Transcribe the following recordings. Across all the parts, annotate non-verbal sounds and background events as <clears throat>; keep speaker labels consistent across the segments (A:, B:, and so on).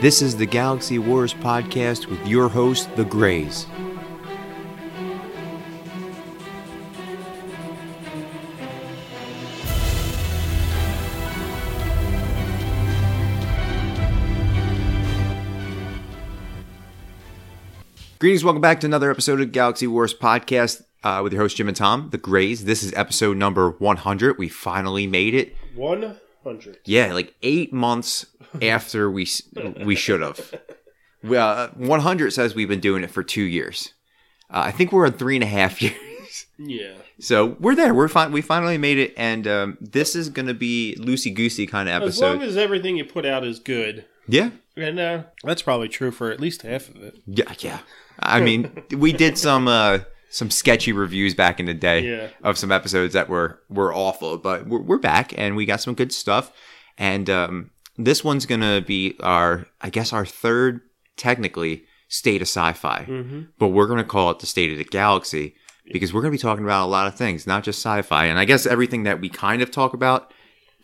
A: This is the Galaxy Wars podcast with your host, The Grays. Greetings, welcome back to another episode of Galaxy Wars podcast uh, with your host, Jim and Tom, The Grays. This is episode number 100. We finally made it.
B: One hundred.
A: Yeah, like eight
B: <laughs>
A: months after we s- we should have. Well, uh, 100 says we've been doing it for two years. Uh, I think we're on three and a half <laughs> years.
B: Yeah.
A: So we're there. We're fine. We finally made it, and um, this is going to be loosey goosey kind of
B: As
A: episode.
B: long as everything you put out is good,
A: yeah,
B: and uh, that's probably true for at least half of it.
A: yeah, yeah. I mean, we did some uh, some sketchy reviews back in the day
B: Yeah.
A: of some episodes that were were awful, but we're, we're back and we got some good stuff. And um, this one's going to be our, I guess, our third technically state of sci-fi.
B: Mm-hmm.
A: but we're going to call it the state of the galaxy because we're going to be talking about a lot of things, not just sci-fi. And I guess everything that we kind of talk about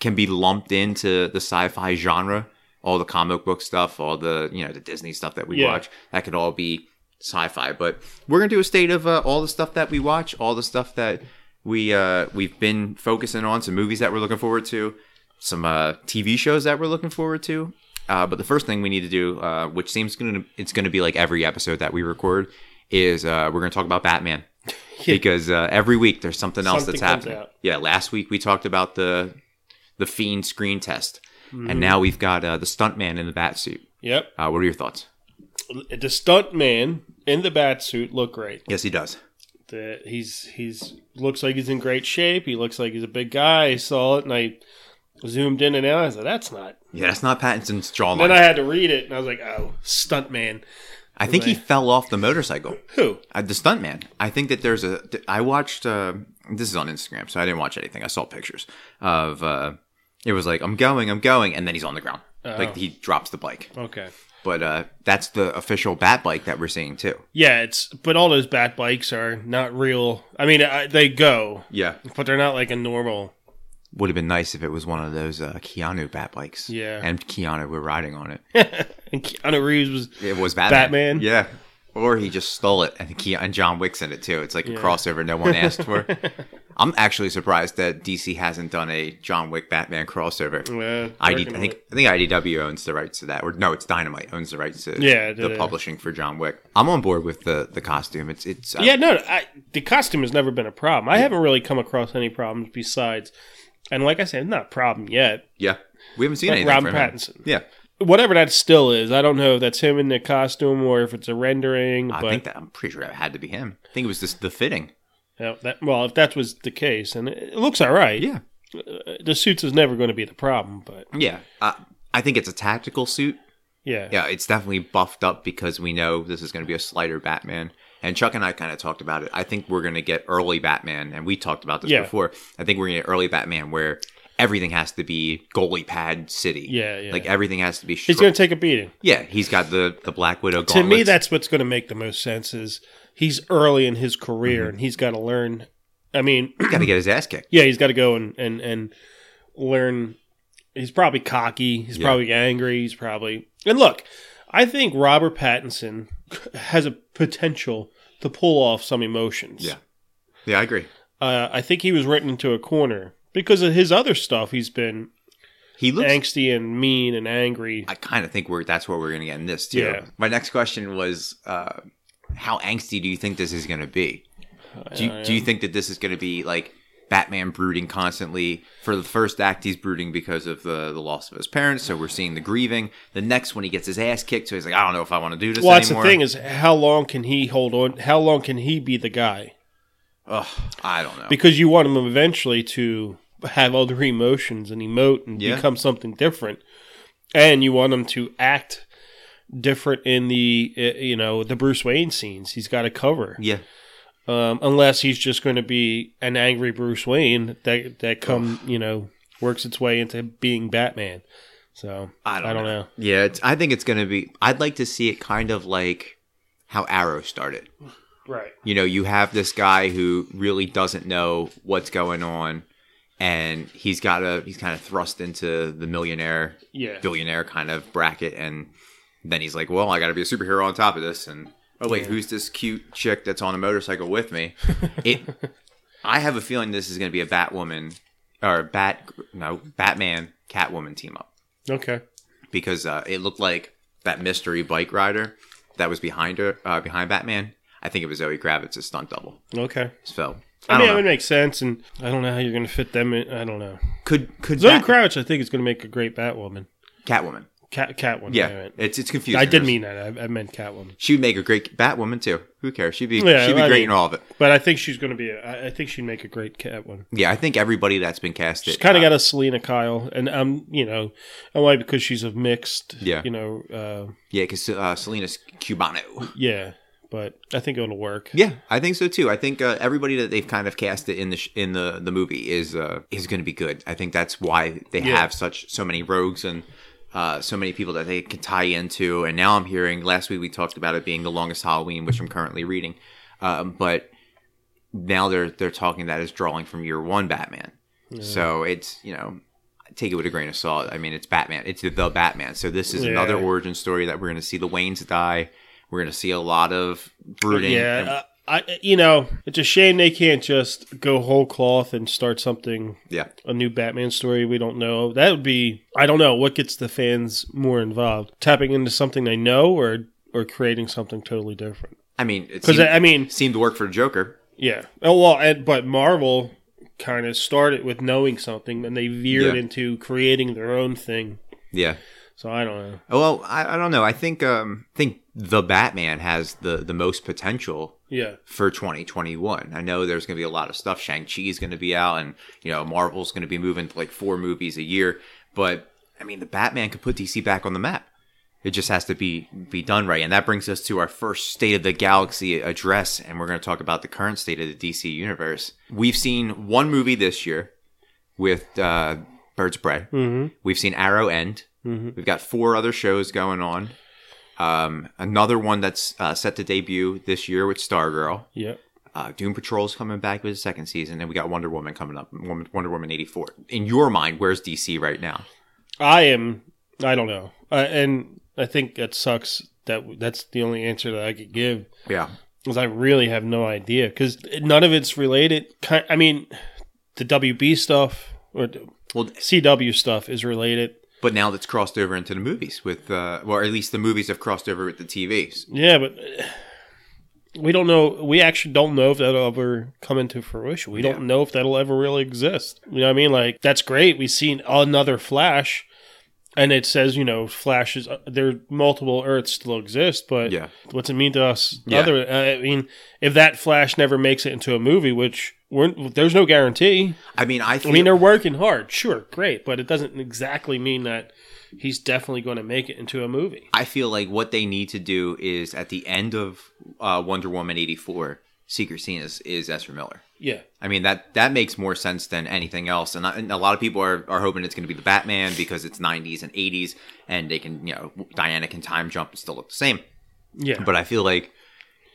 A: can be lumped into the sci-fi genre. All the comic book stuff, all the you know the Disney stuff that we
B: Yeah.
A: watch, that could all be sci-fi. But we're going to do a state of uh, all the stuff that we watch, all the stuff that we uh, we've been focusing on, some movies that we're looking forward to, some uh, TV shows that we're looking forward to. Uh, but the first thing we need to do, uh, which seems gonna it's gonna be like every episode that we record, is uh, we're gonna talk about
B: <laughs>
A: Batman because uh, every week there's something else
B: Something
A: that's
B: comes
A: happening.
B: out.
A: Yeah, last week we talked about the the fiend screen test,
B: Mm-hmm.
A: and now we've got uh, the stuntman in the bat suit.
B: Yep.
A: Uh, what are your thoughts?
B: The stunt man in the bat suit looked great.
A: Yes, he does.
B: The, he's he's looks like he's in great shape. He looks like he's a big guy. I saw it and I zoomed in and out. I said, "That's not."
A: Yeah, that's not Pattinson's jawline.
B: Then I
A: I,
B: had to read it and I was like, "Oh, stunt man.
A: think he fell off the motorcycle.
B: Who?
A: Uh, the stuntman. I think that there's a. th- I watched. Uh, this is on Instagram, so I didn't watch anything. I saw pictures of. Uh, it was like I'm going, I'm going, and then he's on the ground.
B: Oh.
A: Like he drops the bike.
B: Okay."
A: But uh, that's the official bat bike that we're seeing too.
B: Yeah, it's but all those bat bikes are not real. I mean, I, they go,
A: Yeah,
B: but they're not like a normal.
A: would have been nice if it was one of those uh, Keanu bat bikes.
B: Yeah.
A: and Keanu were riding on it.
B: <laughs> And Keanu Reeves was
A: It was Batman.
B: Batman.
A: Yeah. Or he just stole it, and Ke- and John Wick's in it too. It's like a crossover no one asked
B: <laughs>
A: for. I'm actually surprised that DC hasn't done a John Wick Batman crossover.
B: Yeah,
A: ID,
B: working
A: I
B: on
A: think
B: it.
A: I think IDW owns the rights to that, or no, it's Dynamite owns the rights to
B: Yeah,
A: the
B: yeah.
A: publishing for John Wick. I'm on board with the the costume. It's it's uh,
B: Yeah, no, I, the costume has never been a problem. I haven't really come across any problems besides, and like I said, not a problem yet.
A: yeah. We haven't seen
B: Like
A: anything
B: Robin
A: from him.
B: Pattinson.
A: Yeah,
B: Whatever that still is, I don't know if that's him in the costume or if it's a rendering.
A: I
B: but
A: think that I'm pretty sure it had to be him. I think it was just the fitting.
B: yeah, that- well, if that was the case, and it, it looks all right.
A: Yeah,
B: Uh, The suits is never going to be the problem, but
A: yeah. Uh, I think it's a tactical suit.
B: yeah,
A: Yeah, it's definitely buffed up because we know this is going to be a slighter Batman. And Chuck and I kind of talked about it. I think we're going to get early Batman, and we talked about this
B: Yeah.
A: before. I think we're going to get early Batman where everything has to be goalie pad city.
B: Yeah, yeah.
A: Like everything has to be. Str-
B: he's going to take a beating.
A: yeah, he's got the the Black Widow.
B: to me
A: gauntlets.
B: that's what's going to make the most sense is he's early in his
A: Mm-hmm.
B: career and he's got to learn i mean
A: he's got to get his ass kicked.
B: yeah he's got to go and and and learn he's probably cocky he's
A: Yeah.
B: probably angry he's probably and look i think robert pattinson has a potential to pull off some emotions
A: Yeah. Yeah, I agree.
B: uh, i think he was written into a corner because of his other stuff he's been
A: He looks.
B: angsty and mean and angry
A: I kind of think we're that's what we're going to get in this too.
B: Yeah.
A: My next question was, uh, how angsty do you think this is going to be? Do you, do you think that this is going to be like Batman brooding constantly? For the first act, he's brooding because of the, the loss of his parents, so we're seeing the grieving. The next one, he gets his ass kicked, so he's like, I don't know if I want to do this
B: well that's the
A: anymore.
B: thing is how long can he hold on how long can he be the guy
A: Ugh, I don't know.
B: because you want him eventually to have other emotions and emote and
A: Yeah.
B: become something different and you want him to act different in the uh, you know the bruce wayne scenes he's got to cover
A: yeah,
B: um, unless he's just going to be an angry bruce wayne that that come you know works its way into being batman so
A: I don't, know.
B: know.
A: Yeah, it's, I think it's going to be. I'd like to see it kind of like how Arrow started.
B: right
A: you know, you have this guy who really doesn't know what's going on, and he's got a he's kind of thrust into the millionaire
B: yeah
A: billionaire kind of bracket, and Then he's like, well, I got to be a superhero on top of this. And oh wait,
B: Yeah.
A: who's this cute chick that's on a motorcycle with
B: <laughs>
A: me? It. I have a feeling this is going to be a Batwoman or Bat no Batman Catwoman team up
B: Okay.
A: because uh, it looked like that mystery bike rider that was behind her uh, behind Batman. I think it was Zoe Kravitz's stunt double.
B: Okay.
A: So
B: I,
A: I,
B: mean, it
A: don't
B: would
A: know.
B: make sense, and I don't know how you're going to fit them in. I don't know.
A: could could
B: Zoe
A: Bat-
B: Crouch, I think, is going to make a great Batwoman.
A: Catwoman?
B: Cat, Catwoman. I,
A: Yeah,
B: meant.
A: it's it's confusing.
B: I did
A: There's-
B: mean that. I, I meant Catwoman.
A: She'd make a great Batwoman too. Who cares? She'd be
B: Yeah,
A: she'd be
B: I
A: great
B: mean-
A: in all of it.
B: But I think she's going to be. A, I, I think she'd make a great Catwoman.
A: Yeah, I think everybody that's been casted
B: She's kind
A: uh,
B: of got a Selena Kyle, and um, you know, and why because she's a mixed.
A: Yeah.
B: You know. Uh,
A: yeah, because uh, Selena's Cubano.
B: yeah. But I think it'll work.
A: Yeah, I think so too. I think uh, everybody that they've kind of casted in the sh- in the the movie is uh, is going to be good. I think that's why they
B: Yeah.
A: have such so many rogues and uh, so many people that they can tie into. And now I'm hearing last week we talked about it being the longest Halloween, which I'm currently reading, um, but now they're they're talking that as drawing from year one Batman. So it's you know. Take it with a grain of salt. I mean, it's Batman. It's the Batman. So this is
B: Yeah.
A: another origin story that we're going to see the Waynes die. We're going to see a lot of brooding. and-
B: Yeah, I, I you know it's a shame they can't just go whole cloth and start something
A: yeah.
B: a new Batman story we don't know. That would be I don't know what gets the fans more involved, tapping into something they know or or creating something totally different.
A: I mean, it
B: Because
A: seemed,
B: I mean,
A: seemed to work for Joker.
B: yeah. Oh well, and, but Marvel kind of started with knowing something, and they veered
A: Yeah.
B: into creating their own thing.
A: Yeah.
B: So I don't know.
A: Well, I, I don't know. I think um, I think the Batman has the the most potential
B: Yeah,
A: for 2021. I know there's going to be a lot of stuff. Shang Chi is going to be out, and you know Marvel's going to be moving to like four movies a year. But I mean, the Batman could put DC back on the map. It just has to be be done right, and that brings us to our first State of the Galaxy address, and we're going to talk about the current state of the DC universe. We've seen one movie this year with uh, Birds of Prey.
B: mm-hmm.
A: We've seen Arrow end.
B: Mhm.
A: We've got four other shows going on. Um, another one that's uh, set to debut this year with Stargirl.
B: yeah.
A: Uh, Doom Patrol's coming back with a second season, and we got Wonder Woman coming up. Wonder Wonder Woman eighty four. In your mind, where's DC right now?
B: I am. I don't know, uh, and I think that sucks. That that's the only answer that I could give.
A: Yeah,
B: because I really have no idea because none of it's related. Ki- I mean, the WB stuff or the
A: Well-
B: CW stuff is related.
A: but now that's crossed over into the movies with, uh, well, or at least the movies have crossed over with the TVs.
B: Yeah, but uh, we don't know. We actually don't know if that'll ever come into fruition. We don't know if that'll ever really exist. You know what I mean? Like that's great. We've seen another Flash. And it says, you know, flashes. uh, There, multiple Earths still exist, but
A: Yeah,
B: what's it mean to us?
A: Yeah.
B: Other, uh, I mean, if that Flash never makes it into a movie, which we're, there's no guarantee,
A: I mean, I, feel,
B: I mean, they're working hard, sure, great, but it doesn't exactly mean that he's definitely going to make it into a movie.
A: I feel like what they need to do is at the end of uh, Wonder Woman eighty four, Secret Scene is, is Ezra Miller.
B: Yeah,
A: I mean that that makes more sense than anything else, and, I, and a lot of people are, are hoping it's going to be the Batman because it's '90s and '80s, and they can you know Diana can time jump and still look the same.
B: yeah,
A: But I feel like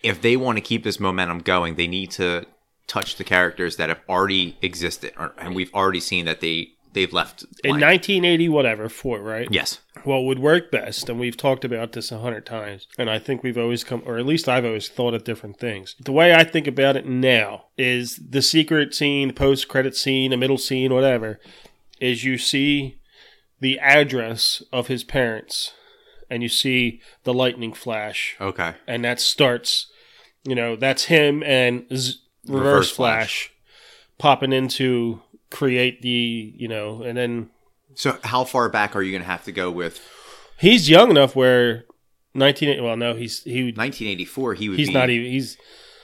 A: if they want to keep this momentum going, they need to touch the characters that have already existed, or, and we've already seen that they they've left.
B: in
A: blank.
B: 1980, whatever, four, right?
A: yes,
B: What would work best, and we've talked about this a hundred times, and I think we've always come, or at least I've always thought of different things. The way I think about it now is the secret scene, post credit scene, a middle scene, whatever, is you see the address of his parents, and you see the lightning flash
A: okay,
B: and that starts you know that's him and z- reverse,
A: Reverse
B: flash,
A: Flash.
B: popping into create the you know and then
A: so how far back are you going to have to go with
B: he's young enough where 19 well no he's he
A: 1984? He would
B: he's
A: be,
B: not even he's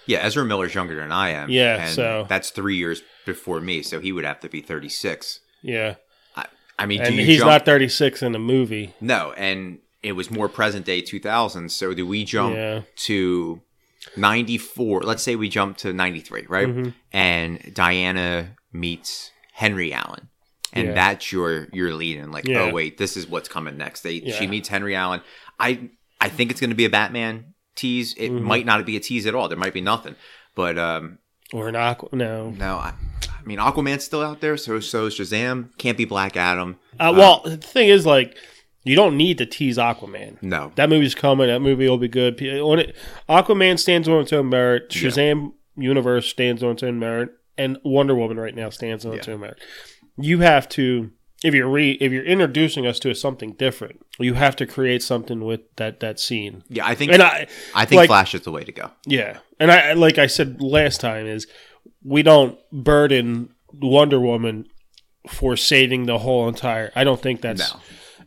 A: Yeah, Ezra Miller's younger than I am.
B: Yeah,
A: and
B: so-
A: that's three years before me, so he would have to be 36.
B: yeah
A: I, I mean,
B: and
A: do you
B: he's
A: jump?
B: not 36 in the movie
A: no, and it was more present day 2000. So do we jump
B: yeah
A: to 94? Let's say we jump to 93, right?
B: Mhm.
A: And Diana meets Henry Allen. And
B: Yeah.
A: that's your your lead in like,
B: Yeah.
A: oh wait, this is what's coming next. They
B: Yeah.
A: she meets Henry Allen. I I think it's gonna be a Batman tease. It
B: Mhm.
A: might not be a tease at all. There might be nothing. But um
B: or an aqua no
A: no, I, I mean Aquaman's still out there, so so is Shazam. Can't be Black Adam.
B: uh, well the thing is like You don't need to tease Aquaman.
A: No.
B: That movie's coming. That movie will be good. P- On it, Aquaman stands on its own merit. Shazam universe stands on its own merit, and Wonder Woman right now stands on its own merit. You have to if you're re, if you're introducing us to something different, you have to create something with that that scene.
A: Yeah, I think
B: And I
A: I think
B: like-
A: Flash is the way to go.
B: yeah, and I like I said last time is we don't burden Wonder Woman for saving the whole entire. I don't think that's
A: No.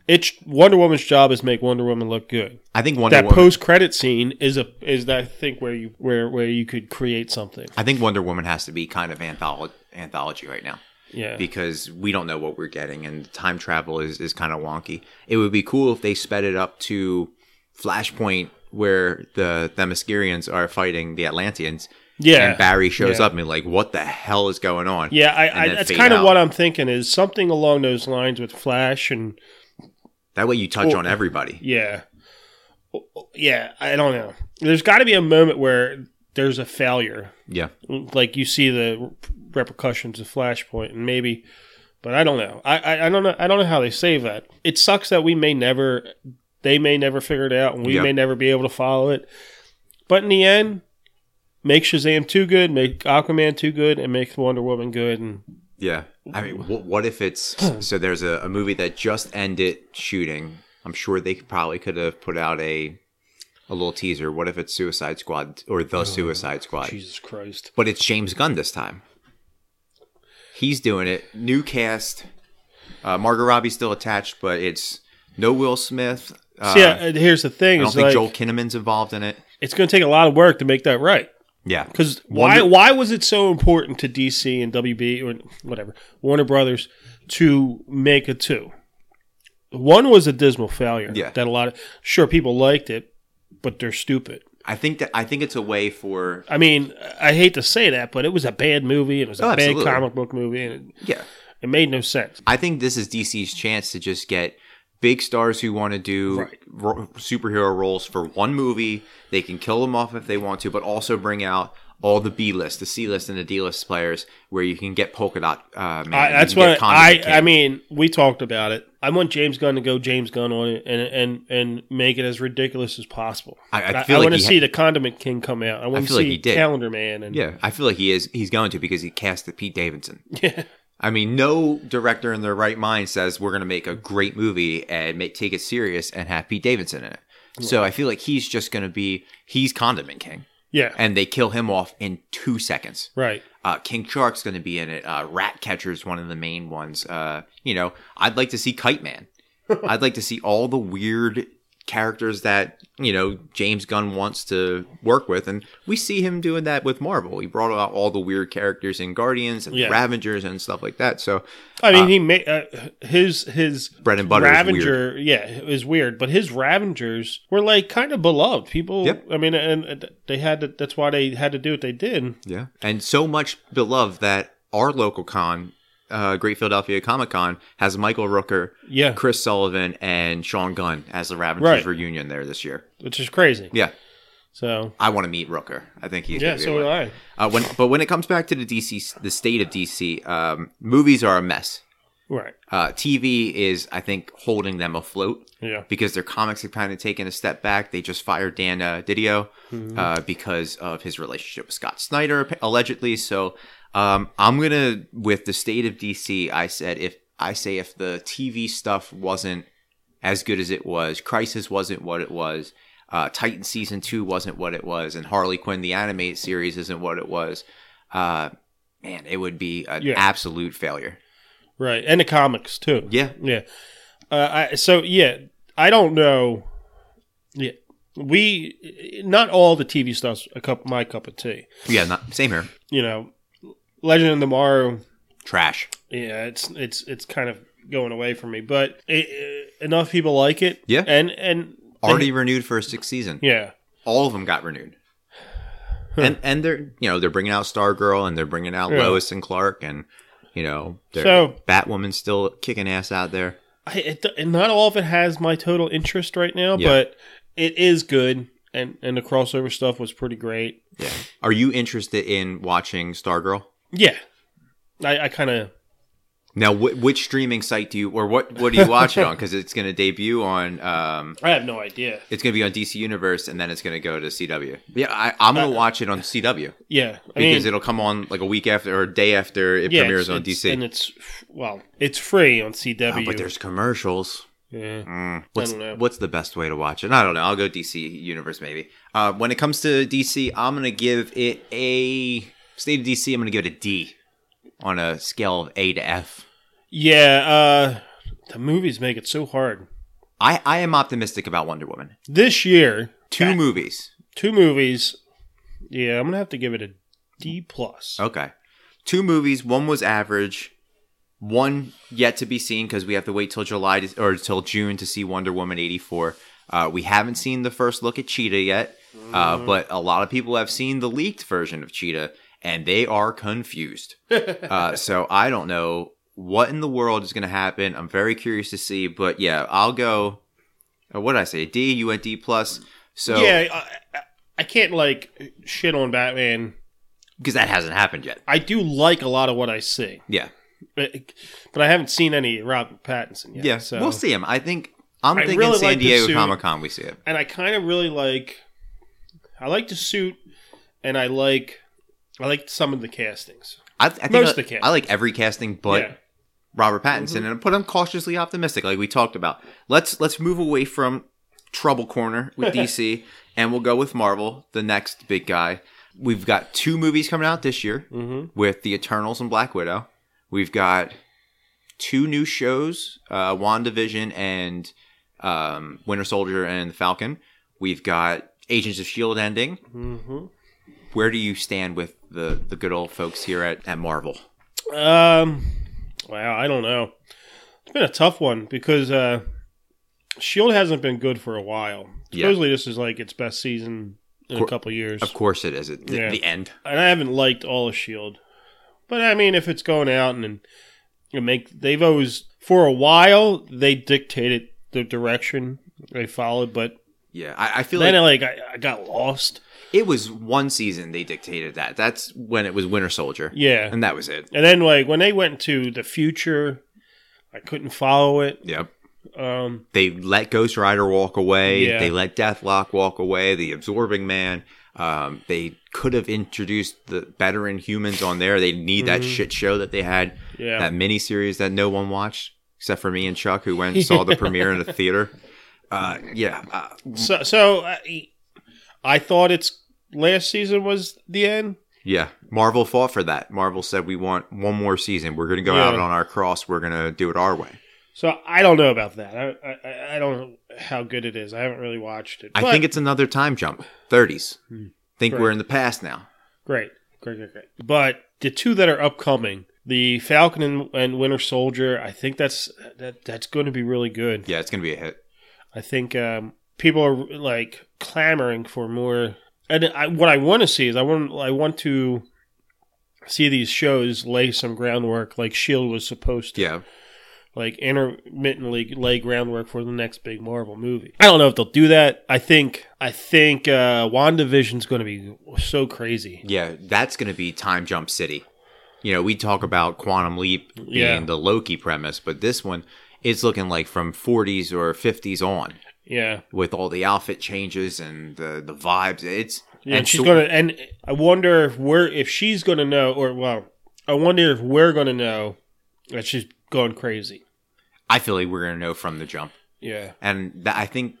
B: it's Wonder Woman's job is make Wonder Woman look good.
A: I think Wonder
B: That
A: Woman.
B: post credit scene is a is that I think where you where where you could create something.
A: I think Wonder Woman has to be kind of antholo- anthology right now
B: Yeah,
A: because we don't know what we're getting, and time travel is is kind of wonky. It would be cool if they sped it up to Flashpoint where the Themyscirians are fighting the Atlanteans,
B: yeah,
A: and Barry shows
B: Yeah.
A: up and like, what the hell is going on?
B: yeah. I, I
A: then
B: that's
A: fade
B: kind of
A: out.
B: what I'm thinking is something along those lines with Flash and
A: That way you touch
B: Or-
A: on everybody.
B: yeah, Oh, yeah. I don't know. There's got to be a moment where there's a failure
A: Yeah,
B: like you see the repercussions of Flashpoint, and maybe, but I don't know. I, I I don't know. I don't know how they save that. It sucks that we may never, they may never figure it out, and we
A: Yeah.
B: may never be able to follow it. But in the end, make Shazam too good, make Aquaman too good, and make Wonder Woman good, and
A: yeah. I mean, wh- what if
B: <clears throat>
A: it's so? There's a, a movie that just ended shooting. I'm sure they could- probably could have put out a a little teaser. What if it's Suicide Squad or
B: Oh,
A: the Suicide Squad?
B: Jesus Christ,
A: But it's James Gunn this time. He's doing it. New cast. Uh, Margot Robbie's still attached, but it's no Will Smith. Uh,
B: See, yeah. Here's the
A: I
B: thing:
A: don't
B: is
A: think
B: like
A: Joel Kinnaman's involved in it.
B: it's going to take a lot of work to make that right.
A: Yeah,
B: Because why
A: Warner-
B: why was it so important to DC and WB or whatever Warner Brothers to make a two? One was a dismal failure.
A: Yeah.
B: that a lot of sure people liked it, but they're stupid.
A: I think that I think it's a way for
B: I mean, I hate to say that, but it was a bad movie. and It was a
A: Oh,
B: bad
A: absolutely.
B: comic book movie, and it,
A: yeah.
B: it made no sense.
A: I think this is DC's chance to just get big stars who want to do
B: Right.
A: ro- superhero roles for one movie. They can kill them off if they want to, but also bring out all the B list, the C list, and the D list players where you can get Polka Dot uh, Man.
B: I,
A: you
B: that's
A: can get
B: what I,
A: Condiment
B: I
A: King.
B: mean. We talked about it. I want James Gunn to go James Gunn on it and and and make it as ridiculous as possible.
A: I- I
B: I,
A: feel like
B: want to
A: he ha-
B: see the Condiment King come out. I want
A: I
B: to
A: feel like
B: see
A: he did.
B: Calendar Man and
A: Yeah, I feel like he is. He's going to because he casted Pete Davidson.
B: yeah.
A: I mean, no director in their right mind says we're going to make a great movie and make, take it serious and have Pete Davidson in it. So I feel like he's just going to be he's Condiment King,
B: Yeah.
A: and they kill him off in two seconds.
B: right.
A: Uh, King Shark's going to be in it. Uh, Rat Catcher's one of the main ones. Uh, you know, I'd like to see Kite Man.
B: <laughs>
A: I'd like to see all the weird characters that you know James Gunn wants to work with, and we see him doing that with Marvel. He brought out all the weird characters in Guardians and
B: Yeah.
A: Ravengers and stuff like that. So
B: I mean, he made uh, his his
A: bread and butter is weird.
B: Ravenger. Yeah, it was weird, but his Ravengers were like kind of beloved people.
A: Yep.
B: I mean, and and they had to, that's why they had to do what they did.
A: Yeah, and so much beloved that our local con, uh, Great Philadelphia Comic Con, has Michael Rooker,
B: Yeah,
A: Chris Sullivan, and Sean Gunn as the Ravengers
B: Right.
A: reunion there this year.
B: which is crazy.
A: Yeah.
B: So
A: I want to meet Rooker. I think he's
B: yeah,
A: gonna be
B: so
A: a
B: do
A: winner.
B: I.
A: Uh, when, but when it comes back to the DC, the state of DC, um, movies are a mess.
B: Right.
A: Uh, TV is, I think, holding them afloat
B: Yeah.
A: because their comics have kind of taken a step back. They just fired Dan uh, Didio uh, because of his relationship with Scott Snyder, ap- allegedly. So um, I'm gonna, with the state of DC, I said if I say if the TV stuff wasn't as good as it was, Crisis wasn't what it was, uh, Titan season two wasn't what it was, and Harley Quinn the animated series isn't what it was. Uh, man, it would be an
B: Yeah.
A: absolute failure.
B: Right. And the comics too.
A: Yeah,
B: Yeah. Uh, I, so yeah, I don't know. Yeah, we not all the TV stuff's a cup my cup of tea.
A: yeah, not, same here.
B: You know, Legend of Tomorrow.
A: Trash.
B: yeah, it's it's it's kind of going away from me, but it, uh, enough people like it.
A: Yeah.
B: and and
A: Already renewed for a sixth season.
B: yeah,
A: all of them got renewed. And and they're you know they're bringing out Stargirl and they're bringing out
B: Yeah.
A: Lois and Clark and you know they're-
B: So-
A: Batwoman's still kicking ass out there.
B: I, it, and not all of it has my total interest right now,
A: Yeah.
B: but it is good, and and the crossover stuff was pretty great.
A: Yeah. Are you interested in watching Stargirl?
B: Yeah, I, I kind of
A: Now, wh- which streaming site do you or what what do you watch it on? Because it's going to debut on um,
B: I have no idea.
A: it's going to be on DC Universe and then it's going to go to CW. Yeah, I, I'm going to watch it on CW
B: Yeah, Uh, I
A: because
B: mean,
A: it'll come on like a week after or a day after it
B: yeah,
A: premieres
B: it's-
A: on
B: it's-
A: DC.
B: and it's f- well, it's free on CW.
A: Oh, but there's commercials.
B: yeah.
A: Mm. What's
B: don't know.
A: what's the best way to watch it? I don't know. I'll go DC Universe maybe. Uh, when it comes to DC, I'm gonna give it a state of DC. I'm gonna give it a D on a scale of A to F.
B: Yeah, uh, the movies make it so hard.
A: I I am optimistic about Wonder Woman.
B: This year,
A: Two
B: Yeah.
A: movies.
B: two movies. Yeah, I'm gonna have to give it a D plus.
A: Okay, two movies. One was average. One yet to be seen because we have to wait till July to, or till June to see Wonder Woman 84. Uh, we haven't seen the first look at Cheetah yet, uh, but a lot of people have seen the leaked version of Cheetah and they are confused. uh, so I don't know what in the world is going to happen. I'm very curious to see, but yeah, I'll go. uh, What did I say? D, you went D plus. So
B: yeah, I, I- I can't like shit on Batman.
A: because that hasn't happened yet.
B: I do like a lot of what I see,
A: Yeah,
B: but, but I haven't seen any Robert Pattinson
A: yeah.
B: yet. so
A: We'll see him. I think I'm
B: I
A: thinking
B: really
A: San
B: like the
A: Diego
B: suit.
A: Comic Con. We see him.
B: and I kind of really like. I like the suit, and I like, I like some of the castings.
A: I, I think
B: Most
A: I,
B: of the cast.
A: I like every casting, but
B: Yeah. Mm-hmm.
A: Robert Pattinson, and but I'm cautiously optimistic, like we talked about. Let's let's move away from trouble corner
B: <laughs>
A: with DC, and we'll go with Marvel, the next big guy. We've got two movies coming out this year
B: Mhm.
A: with the Eternals and Black Widow. We've got two new shows, uh, WandaVision and um, Winter Soldier and the Falcon. We've got Agents of Shield E ending.
B: Mm-hmm.
A: Where do you stand with the the good old folks here at, at Marvel?
B: Um, wow, I don't know. It's been a tough one because uh, Shield E hasn't been good for a while.
A: Yeah.
B: Supposedly, this is like its best season in
A: Cor-
B: a couple years,
A: Of course it is. It, the,
B: Yeah.
A: the end.
B: and I haven't liked all of Shield. But I mean, if it's going out and, and make they've always for a while they dictated the direction they followed, but
A: Yeah, I, I feel like
B: then like I, I got lost.
A: It was one season they dictated that. That's when it was Winter Soldier.
B: Yeah,
A: And that was it.
B: and then like when they went to the future, I couldn't follow it.
A: Yep.
B: Um,
A: They let Ghost Rider walk away.
B: Yeah.
A: They let Deathlock walk away. The Absorbing Man. Um, they could have introduced the better Inhumans on there. They need that
B: Mm-hmm.
A: shit show that they had,
B: yeah,
A: that mini series that no one watched except for me and Chuck, who went and saw
B: <laughs>
A: the premiere in the theater. Uh, yeah. Uh,
B: So, so I, I thought its last season was the end.
A: Yeah, Marvel fought for that. Marvel said we want one more season. We're going to go
B: Yeah.
A: out on our cross. We're going to do it our way.
B: So I don't know about that. I, I- I, I don't know how good it is. I haven't really watched it.
A: I think it's another time jump. 30s.
B: Hmm.
A: Think
B: Right.
A: we're in the past now.
B: great, great, great, great. But the two that are upcoming, the Falcon and, and Winter Soldier, I think that's that that's going to be really good.
A: Yeah, it's going to be a hit.
B: I think um, people are like clamoring for more. And I, what I want to see is I want I want to see these shows lay some groundwork like Shield E was supposed to.
A: Yeah.
B: like intermittently lay groundwork for the next big Marvel movie. I don't know if they'll do that. I think I think uh WandaVision's going to be so crazy.
A: Yeah, that's going to be time jump city. You know, we talk about Quantum Leap being
B: Yeah.
A: the Loki premise, but this one is looking like from 40s or 50s on
B: Yeah.
A: with all the outfit changes and the, the vibes. It's
B: yeah and she's
A: so-
B: going to and I wonder if we're if she's going to know or well, I wonder if we're going to know that she's going crazy.
A: I feel like we're going to know from the jump.
B: Yeah.
A: And that, I think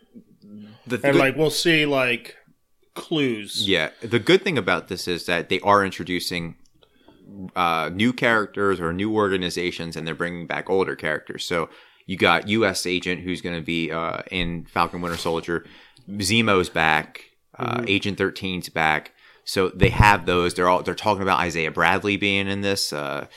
A: the
B: And
A: good-
B: like we'll see like clues.
A: Yeah, the good thing about this is that they are introducing uh, new characters or new organizations, and they're bringing back older characters. So you got U.S. Agent, who's going to be uh, in Falcon Winter Soldier. Zemo's back. Uh, Agent 13's back. So they have those. They're all they're talking about Isaiah Bradley being in this. Uh,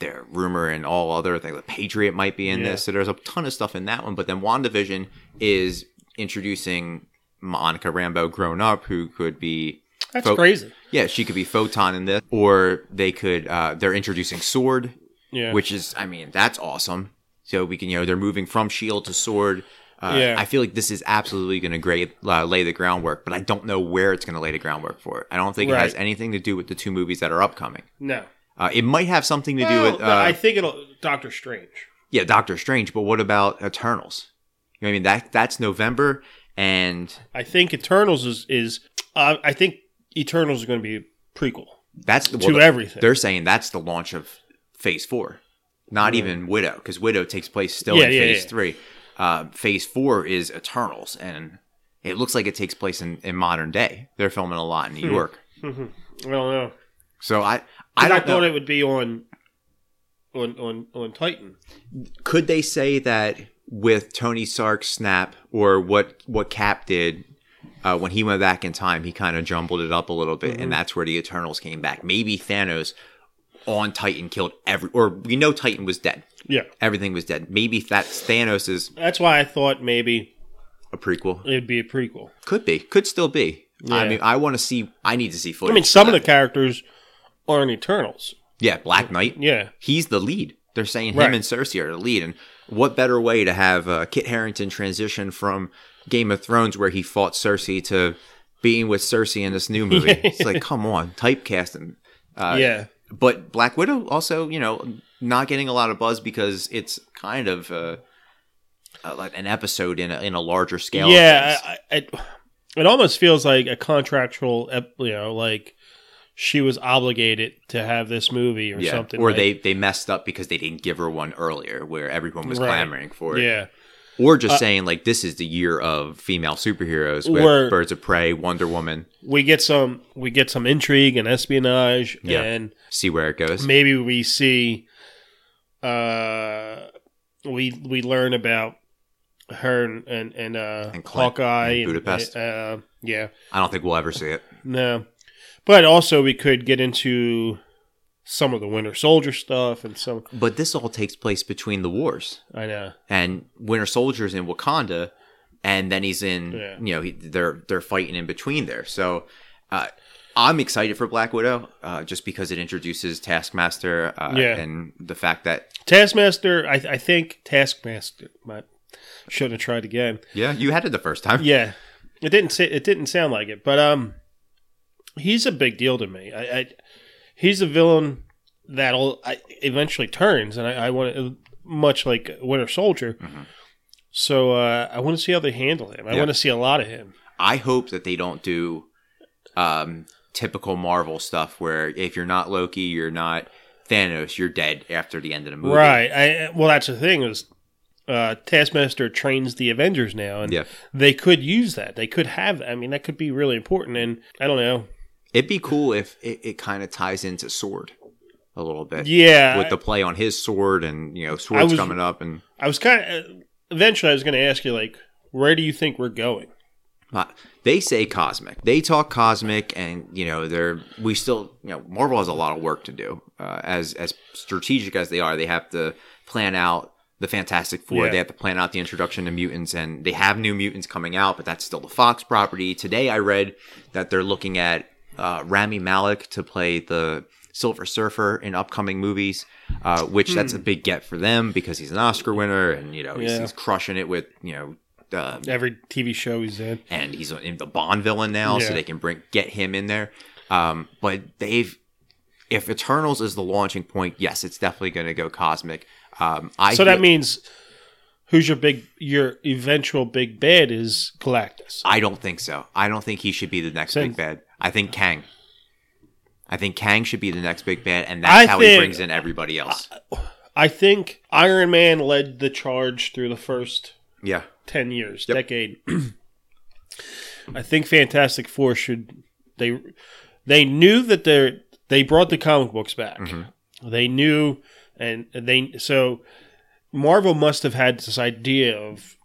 A: their rumor and all other things. The Patriot might be in
B: Yeah.
A: this. So there's a ton of stuff in that one. But then WandaVision is introducing Monica Rambo grown up, who could be
B: That's
A: Folk-
B: crazy.
A: yeah, she could be photon in this, or they could. Uh, they're introducing sword,
B: Yeah.
A: which is, I mean, that's awesome. So we can, you know, they're moving from shield to sword. Uh,
B: Yeah.
A: I feel like this is absolutely going to great uh, lay the groundwork, but I don't know where it's going to lay the groundwork for it. I don't think it has
B: Right.
A: anything to do with the two movies that are upcoming.
B: no.
A: Uh, it might have something to do
B: Well,
A: with uh,
B: I think it'll Doctor Strange.
A: yeah, Doctor Strange. But what about Eternals? You know what I mean? That that's November, and
B: I think Eternals is is uh, I think Eternals is going to be a prequel
A: that's the
B: to everything.
A: They're saying that's the launch of Phase Four, not even Widow, because Widow takes place still
B: Yeah,
A: in
B: yeah,
A: Phase
B: yeah.
A: Three. Uh, phase Four is Eternals, and it looks like it takes place in, in modern day. They're filming a lot in
B: Hmm.
A: New York,
B: I don't know.
A: so I I
B: I,
A: don't
B: thought
A: know.
B: it would be on on on on Titan.
A: Could they say that with Tony Stark's snap or what what Cap did? Uh, when he went back in time, he kind of jumbled it up a little bit,
B: Mm-hmm.
A: and that's where the Eternals came back. Maybe Thanos on Titan killed every, or we know Titan was dead.
B: Yeah,
A: everything was dead. Maybe that's Thanos is
B: that's why I thought maybe
A: a prequel.
B: it'd be a prequel.
A: Could be. Could still be. I
B: Yeah.
A: mean, I want to see. I need to see footage.
B: I mean, some of the characters are in Eternals.
A: yeah, Black Knight.
B: Yeah,
A: He's the lead. They're saying
B: Right.
A: him and Cersei are the lead. And what better way to have uh, Kit Harrington transition from Game of Thrones, where he fought Cersei, to being with Cersei in this new movie?
B: <laughs>
A: It's like, come on, typecasting. Uh,
B: yeah.
A: But Black Widow also, you know, not getting a lot of buzz because it's kind of uh, uh, like an episode in a, in a larger scale. of things.
B: Yeah, I, I, it, it almost feels like a contractual, ep- you know, like she was obligated to have this movie or something.
A: Or
B: like-
A: they they messed up because they didn't give her one earlier, where everyone was
B: Right.
A: clamoring for it.
B: yeah, Uh,
A: Or just saying like this is the year of female superheroes with
B: Or-
A: Birds of Prey, Wonder Woman.
B: we get some, we get some intrigue and espionage,
A: Yeah.
B: and
A: See where it goes.
B: maybe we see, uh, we we learn about her and and, and uh,
A: And Clint
B: Hawkeye
A: in
B: and
A: Budapest.
B: uh, yeah,
A: I don't think we'll ever see it.
B: no, but also we could get into some of the Winter Soldier stuff and some.
A: But this all takes place between the wars,
B: I know.
A: and Winter Soldier's in Wakanda, and then he's in
B: Yeah.
A: you know he, they're they're fighting in between there. So. Uh, I'm excited for Black Widow, uh, just because it introduces Taskmaster uh,
B: Yeah.
A: and the fact that
B: Taskmaster, I, I think Taskmaster. My, shouldn't have tried again.
A: yeah, you had it the first time.
B: Yeah, it didn't. Say, it didn't sound like it, but um, he's a big deal to me. I, I he's a villain that'll I, eventually turns, and I, I want to much like Winter Soldier. So uh, I want to see how they handle him. I
A: Mm-hmm. Yeah.
B: want to see a lot of him.
A: I hope that they don't do um, typical Marvel stuff where if you're not Loki, you're not Thanos, you're dead after the end of the movie.
B: Right. I, well, that's the thing is, uh, Taskmaster trains the Avengers now, and
A: Yeah.
B: they could use that. They could have. I mean, that could be really important. And I don't know.
A: It'd be cool if it, it kind of ties into Sword a little bit.
B: Yeah,
A: With the play on his sword and, you know,
B: I
A: Sword's
B: was-
A: coming up. And
B: I was kind of. Eventually, I was going to ask you, like, where do you think we're going?
A: uh, they say cosmic. They talk cosmic and, you know, they're, we still, you know, Marvel has a lot of work to do. Uh, as, as strategic as they are, they have to plan out the Fantastic Four.
B: Yeah.
A: They have to plan out the introduction to mutants, and they have new mutants coming out, but that's still the Fox property. Today, I read that they're looking at uh, Rami Malik to play the Silver Surfer in upcoming movies, uh, which that's a big get for them because he's an Oscar winner, and you know he's,
B: Hmm. Yeah.
A: he's crushing it with you know. Um,
B: Every TV show he's in.
A: and he's in the Bond villain now, so
B: Yeah.
A: they can bring get him in there. Um, but they've if Eternals is the launching point, yes, it's definitely going to go cosmic. Um, I
B: So that
A: feel-
B: means who's your big, your eventual big bad is Galactus.
A: I don't think so. I don't think he should be the next big
B: Since-
A: bad. I think Kang. I think Kang should be the next big bad, and
B: I
A: that's how he
B: think-
A: brings in everybody else.
B: I think Iron Man led the charge through the first
A: yeah,
B: 10 years,
A: Yep.
B: decade. <clears throat> I think Fantastic Four should they they knew that they are they brought the comic books back.
A: Mm-hmm.
B: They knew and they so Marvel must have had this idea of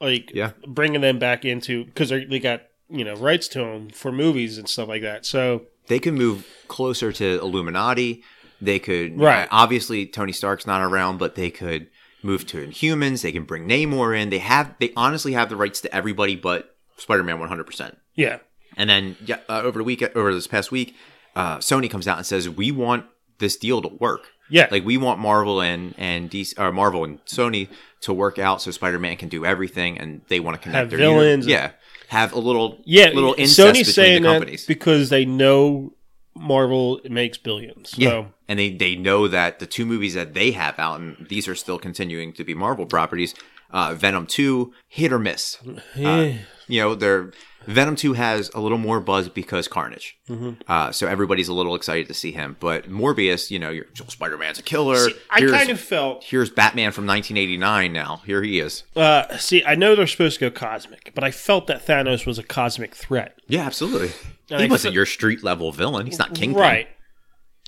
B: like
A: Yeah.
B: bringing them back into cuz they got, you know, rights to them for movies and stuff like that. So
A: they could move closer to Illuminati. They could, uh,
B: Right.
A: Obviously, Tony Stark's not around, but they could move to Inhumans. They can bring Namor in. They have, they honestly have the rights to everybody but Spider-Man, one hundred percent.
B: yeah.
A: And then yeah, uh, over the week, over this past week, uh, Sony comes out and says we want this deal to work.
B: Yeah.
A: Like we want Marvel and and DC, or Marvel and Sony to work out so Spider-Man can do everything, and they want to connect
B: Have
A: their
B: villains.
A: uni- yeah, have a little
B: yeah,
A: little incest
B: Sony's
A: between
B: saying
A: the
B: that
A: companies.
B: because they know Marvel makes billions. So
A: Yeah. And they, they know that the two movies that they have out, and these are still continuing to be Marvel properties, uh, Venom 2, hit or miss. Uh, you know, they're, Venom 2 has a little more buzz because Carnage.
B: Mm-hmm.
A: Uh, so everybody's a little excited to see him. But Morbius, you know, you're, Spider Man's a killer.
B: I
A: Here's-
B: kind of felt
A: Here's Batman from 1989 now. Here he is.
B: uh, see, I know they're supposed to go cosmic, but I felt that Thanos was a cosmic threat.
A: Yeah, absolutely.
B: And
A: he
B: I
A: wasn't
B: fe-
A: your street level villain. He's not Kingpin.
B: Right.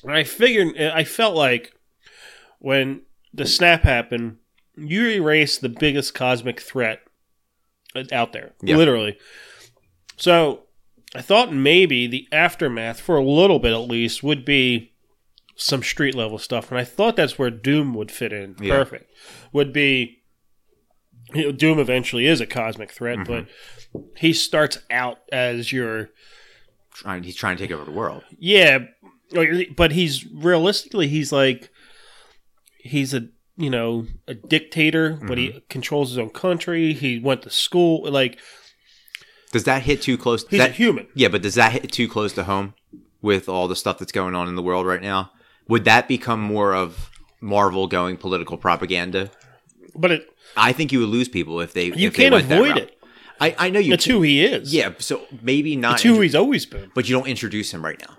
B: And I figured, I felt like when the snap happened, you erased the biggest cosmic threat out there,
A: Yeah.
B: literally. So I thought maybe the aftermath, for a little bit at least, would be some street level stuff. And I thought that's where Doom would fit in.
A: Yeah.
B: Perfect. Would be. you know, Doom eventually is a cosmic threat,
A: Mm-hmm.
B: but he starts out as your
A: Trying, he's trying to take over the world.
B: yeah, like, but he's realistically he's like he's a you know a dictator, but
A: Mm-hmm.
B: he controls his own country. He went to school. Like
A: Does that hit too close?
B: he's a
A: That,
B: human.
A: yeah, but does that hit too close to home with all the stuff that's going on in the world right now? Would that become more of Marvel going political propaganda?
B: But it,
A: I think you would lose people if they.
B: you
A: if they
B: can't
A: went that
B: avoid
A: route.
B: it.
A: I, I know you.
B: That's who he is.
A: yeah, so maybe not.
B: that's who
A: intro-
B: he's always been.
A: but you don't introduce him right now.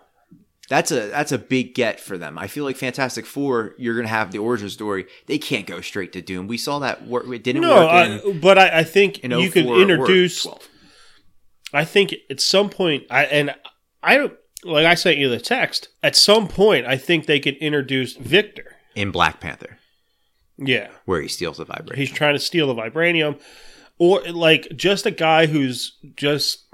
A: That's a that's a big get for them. I feel like Fantastic Four, you're gonna have the origin story. They can't go straight to Doom. We saw that work. It didn't
B: No,
A: work
B: I,
A: in,
B: but I, I think
A: in 04
B: you could
A: or
B: introduce.
A: 12.
B: I think at some point, I and I don't like I sent you the text. At some point, I think they could introduce Victor.
A: in Black Panther
B: Yeah,
A: where he steals the vibrator.
B: He's trying to steal the vibranium, or like just a guy who's just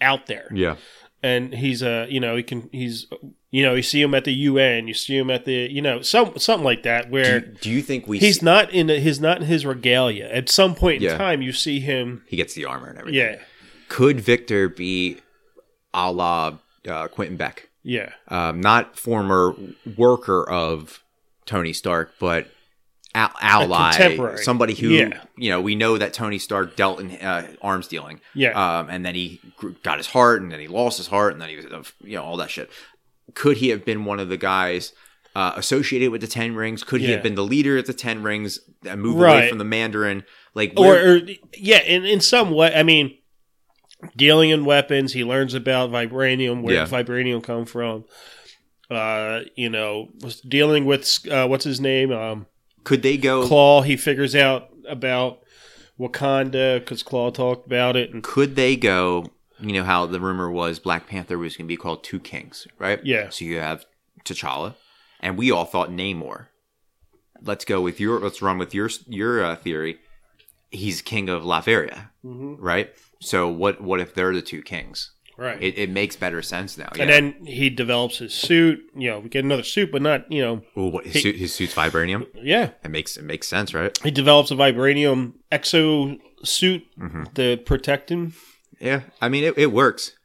B: out there,
A: yeah,
B: and he's uh, you know he can he's you know you see him at the UN, you see him at the you know some something like that
A: do,
B: where
A: do you think we
B: he's not in a, he's not in his regalia. At some point in
A: Yeah.
B: time, you see him.
A: he gets the armor and everything?
B: Yeah,
A: Could Victor be a la uh, Quentin Beck?
B: yeah,
A: Um, not former worker of Tony Stark, but al- ally,
B: contemporary.
A: somebody who
B: Yeah.
A: you know. We know that Tony Stark dealt in uh, arms dealing,
B: yeah.
A: um, and then he gr- got his heart, and then he lost his heart, and then he was, you know, all that shit. Could he have been one of the guys uh, associated with the Ten Rings? Could he
B: Yeah.
A: have been the leader of the Ten Rings and moved away
B: Right.
A: from the Mandarin? Like,
B: or, er
A: where-
B: or yeah, in in some way. I mean, dealing in weapons, he learns about vibranium, where
A: Yeah.
B: vibranium come from. Uh, you know, was dealing with uh, what's his name, um,
A: could they go?
B: Claw. He figures out about Wakanda because Claw talked about it, and
A: could they go? You know how the rumor was Black Panther was going to be called Two Kings, right?
B: Yeah.
A: So you have T'Challa, and we all thought Namor. Let's go with your. Let's run with your your uh, theory. He's king of Laveria,
B: mm-hmm,
A: right? So what? What if they're the two kings?
B: right.
A: It, it makes better sense now. Yeah.
B: And then he develops his suit. You know, we get another suit, but not you know,
A: Ooh, what, his,
B: he-
A: suit, his suit's vibranium.
B: yeah.
A: It makes it makes sense, right?
B: He develops a vibranium exo suit to protect him.
A: Yeah. I mean, it, it works.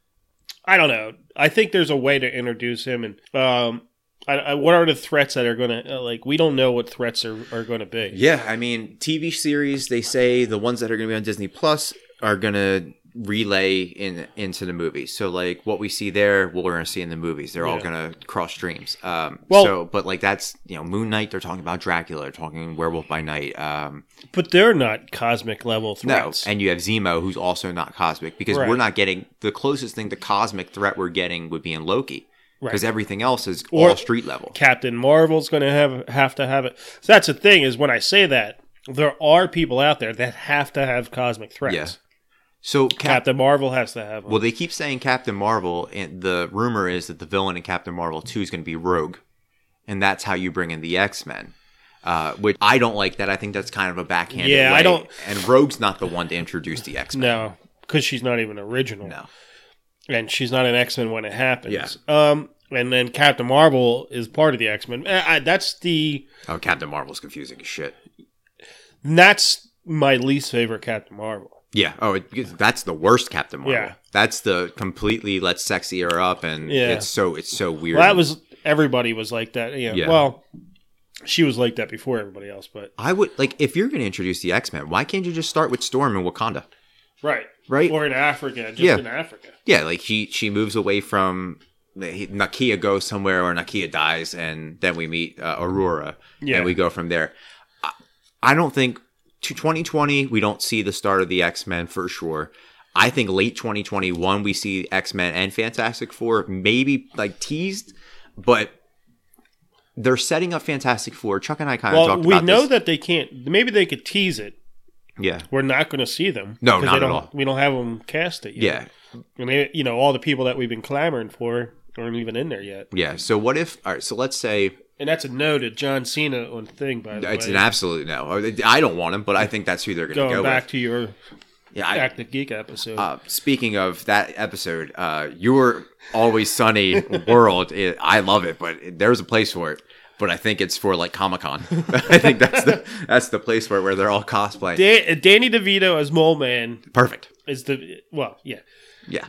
B: I don't know. I think there's a way to introduce him, and um, I, I, what are the threats that are going to uh, like? We don't know what threats are, are going to be.
A: Yeah, I mean, TV series they say the ones that are going to be on Disney Plus are going to relay in into the movies. So like what we see there, what we're going to see in the movies, they're all
B: Yeah.
A: going to cross streams. Um
B: Well-
A: so but like that's, you know, Moon Knight they're talking about Dracula, they're talking Werewolf by Night. Um
B: But they're not cosmic level
A: no,
B: threats.
A: and you have Zemo who's also not cosmic because we're
B: Right.
A: not getting the closest thing to cosmic threat we're getting would be in Loki. Because
B: Right.
A: everything else is
B: Or-
A: all street level.
B: Captain Marvel's going to have have to have it. So that's the thing is when I say that there are people out there that have to have cosmic threats.
A: Yeah. So Cap-
B: Captain Marvel has to have them.
A: Well, they keep saying Captain Marvel, and the rumor is that the villain in Captain Marvel 2 is going to be Rogue. And that's how you bring in the X Men, uh, which I don't like that. I think that's kind of a backhanded
B: Yeah, I
A: way.
B: don't-
A: And Rogue's not the one to introduce the X Men.
B: no, because she's not even original.
A: No.
B: and she's not an X Men when it happens.
A: Yeah.
B: Um, and then Captain Marvel is part of the X Men. That's the
A: Oh, Captain Marvel's confusing as shit.
B: That's my least favorite Captain Marvel.
A: Yeah. Oh, it, that's the worst Captain Marvel.
B: Yeah.
A: That's the completely let's sexy her up, and
B: Yeah.
A: it's so it's so weird.
B: Well, that was everybody was like that. Yeah.
A: Yeah.
B: Well, she was like that before everybody else, but
A: I would like if you're going to introduce the X Men, why can't you just start with Storm and Wakanda?
B: right,
A: Right?
B: or in Africa, just
A: Yeah.
B: in Africa.
A: Yeah, like she she moves away from he- Nakia goes somewhere or Nakia dies, and then we meet uh, Aurora,
B: Yeah.
A: and we go from there. I, I don't think to 2020 we don't see the start of the X Men for sure. I think late 2021 we see X Men and Fantastic Four maybe like teased, but they're setting up Fantastic Four. Chuck and I kind of
B: Well,
A: talked
B: we
A: about
B: know
A: this.
B: that they can't. Maybe they could tease it.
A: yeah,
B: We're not going to see them.
A: No,
B: 'Cause
A: not
B: they
A: at
B: don't-
A: all.
B: We don't have them cast it yet.
A: yeah.
B: I mean, you know, all the people that we've been clamoring for aren't even in there yet.
A: Yeah. So what if? All right. So let's say
B: And that's a no to John Cena on thing, by the
A: it's
B: way.
A: an absolute no. Or they- I don't want him, but I think that's who they're going to
B: Going
A: go
B: back
A: with.
B: to your
A: Yeah. I,
B: Active Geek episode.
A: uh, speaking of that episode, uh, your always sunny world. It, I love it, but it- there's a place for it. But I think it's for like Comic Con. <laughs> I think that's the that's the place where where they're all cosplaying.
B: Da- Danny DeVito as Mole Man
A: Perfect.
B: is the well, yeah.
A: Yeah.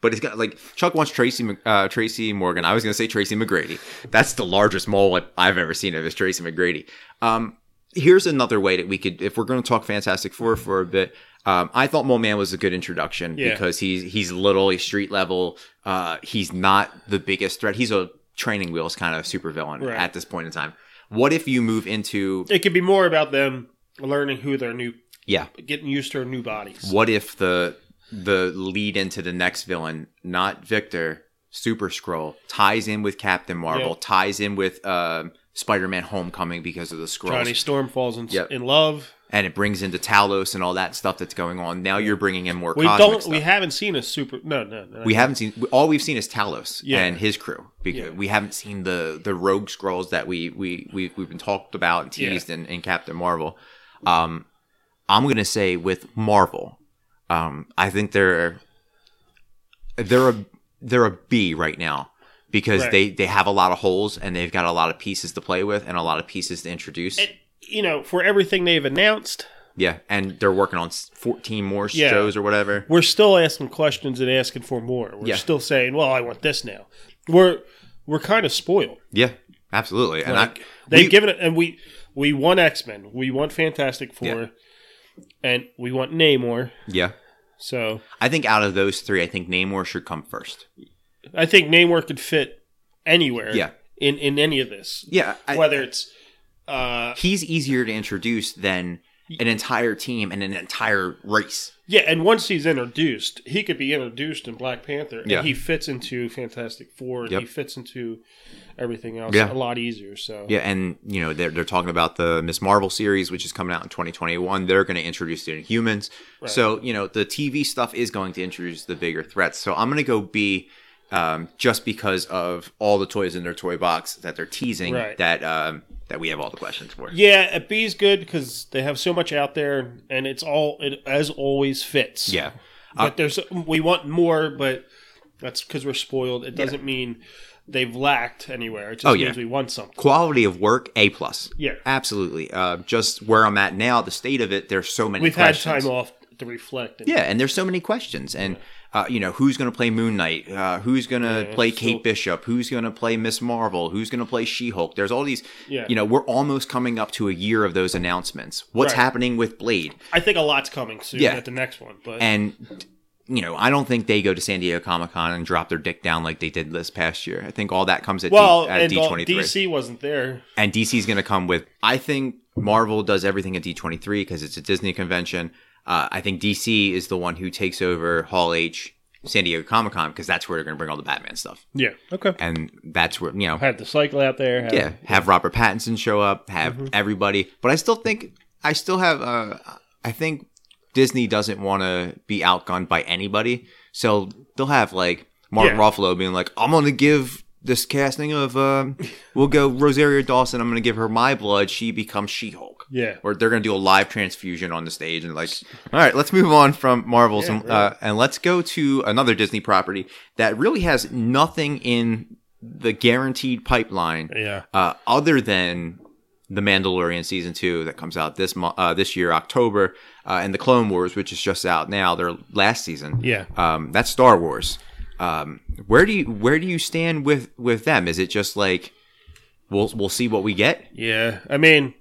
A: But it's got like Chuck wants Tracy Mc- uh, Tracy Morgan. I was gonna say Tracy McGrady. That's the largest mole I- I've ever seen of is Tracy McGrady. Um, here's another way that we could, if we're gonna talk Fantastic Four for a bit. Um, I thought Mole Man was a good introduction
B: Yeah.
A: because he's he's little, he's street level. Uh, he's not the biggest threat. He's a training wheels kind of supervillain
B: Right.
A: at this point in time. What if you move into
B: It could be more about them learning who their new,
A: yeah?
B: getting used to their new bodies.
A: What if the the lead into the next villain, not Victor, Super Scroll, ties in with Captain Marvel,
B: Yeah.
A: ties in with um Spider Man Homecoming because of the scrolls,
B: Johnny Storm falls in,
A: Yep.
B: in love.
A: and it brings into Talos and all that stuff that's going on. Now you're bringing in more.
B: We
A: cosmic
B: don't.
A: Stuff.
B: We haven't seen a super. No, no, no.
A: We haven't seen all we've seen is Talos
B: Yeah.
A: and his crew because
B: Yeah.
A: we haven't seen the the rogue scrolls that we we we we've been talked about and
B: Yeah.
A: teased in, in Captain Marvel. Um, I'm gonna say with Marvel, um, I think they're they're a they're a B right now because
B: Right.
A: they they have a lot of holes and they've got a lot of pieces to play with and a lot of pieces to introduce.
B: It- you know, for everything they've announced,
A: yeah, and they're working on s- 14 more
B: Yeah.
A: shows or whatever.
B: we're still asking questions and asking for more. We're
A: Yeah.
B: still saying, "Well, I want this now." We're we're kind of spoiled.
A: Yeah, absolutely. And
B: Like,
A: I
B: They've
A: we-
B: given it, and we we want X Men, we want Fantastic Four,
A: Yeah.
B: and we want Namor.
A: yeah.
B: So
A: I think out of those three, I think Namor should come first.
B: I think Namor could fit anywhere.
A: Yeah.
B: In in any of this,
A: Yeah, I-
B: whether it's uh
A: he's easier to introduce than an entire team and an entire race.
B: yeah, and once he's introduced, he could be introduced in Black Panther,
A: Yeah.
B: and he fits into Fantastic Four, and
A: Yep.
B: he fits into everything else
A: Yeah.
B: a lot easier. So
A: Yeah, and you know they're they're talking about the Miss Marvel series, which is coming out in 2021. They're going to introduce the humans. So you know the TV stuff is going to introduce the bigger threats. So I'm going to go B, um, just because of all the toys in their toy box that they're teasing
B: Right.
A: that um, that we have all the questions for.
B: Yeah, a B is good because they have so much out there, and it's all it as always fits.
A: yeah. Uh,
B: but there's we want more, but that's because we're spoiled. It doesn't mean they've lacked anywhere. It just
A: Oh, yeah.
B: means we want something.
A: quality of work a plus
B: Yeah.
A: absolutely uh, just where i'm at now the state of it there's so many
B: We've
A: questions.
B: had time off to reflect. And
A: yeah and there's so many questions and uh, you know who's going to play moon knight uh, who's going to play kate bishop who's going to play miss marvel who's going to play she-hulk there's all these
B: Yeah.
A: you know we're almost coming up to a year of those announcements what's
B: Right.
A: happening with blade
B: I think a lot's coming soon
A: Yeah.
B: at the next one. But
A: and you know i don't think they go to san diego comic-con and drop their dick down like they did this past year i think all that comes at,
B: well,
A: D- at
B: and all-
A: d23
B: DC wasn't there.
A: and DC's going to come with. I think Marvel does everything at D23 because it's a Disney convention. Uh, I think DC is the one who takes over Hall H, San Diego Comic Con because that's where they're going to bring all the Batman stuff,
B: Yeah. Okay.
A: and that's where you know,
B: Had the cycle out there. had-
A: yeah, have Robert Pattinson show up, have everybody. But I still think I still have. Uh, I think Disney doesn't want to be outgunned by anybody, so they'll have like Mark
B: Yeah.
A: Ruffalo being like, "I'm going to give." This casting of um, we'll go Rosario Dawson. I'm going to give her my blood. She becomes She Hulk.
B: Yeah.
A: Or they're going to do a live transfusion on the stage and like, all right, let's move on from Marvels and, uh, and let's go to another Disney property that really has nothing in the guaranteed pipeline
B: Yeah.
A: uh, other than the Mandalorian season two that comes out this mo- uh, this year October uh, and the Clone Wars, which is just out now, their last season.
B: Yeah.
A: um, that's Star Wars. Um, where do you where do you stand with with them? Is it just like we'll we'll see what we get?
B: Yeah. I mean,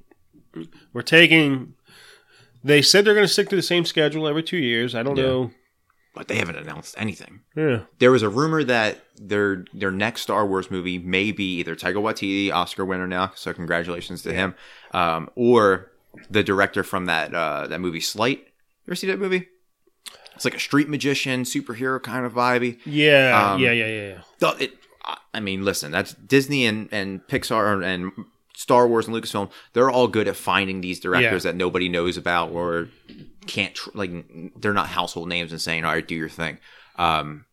B: we're taking. They said they're going to stick to the same schedule every two years. I don't know
A: but they haven't announced anything.
B: Yeah.
A: There was a rumor that their their next Star Wars movie may be either Taika Waititi, Oscar winner now, so congratulations to him, um, or the director from that uh, that movie Slight. You ever see that movie? It's like a street magician, superhero kind of vibey.
B: Yeah,
A: Um,
B: yeah, yeah, yeah, yeah.
A: The- it, I- I mean, listen, that's Disney and, and Pixar and Star Wars and Lucasfilm. They're all good at finding these directors that nobody knows about or can't tr- like. They're not household names and saying, "All right, do your thing." Um,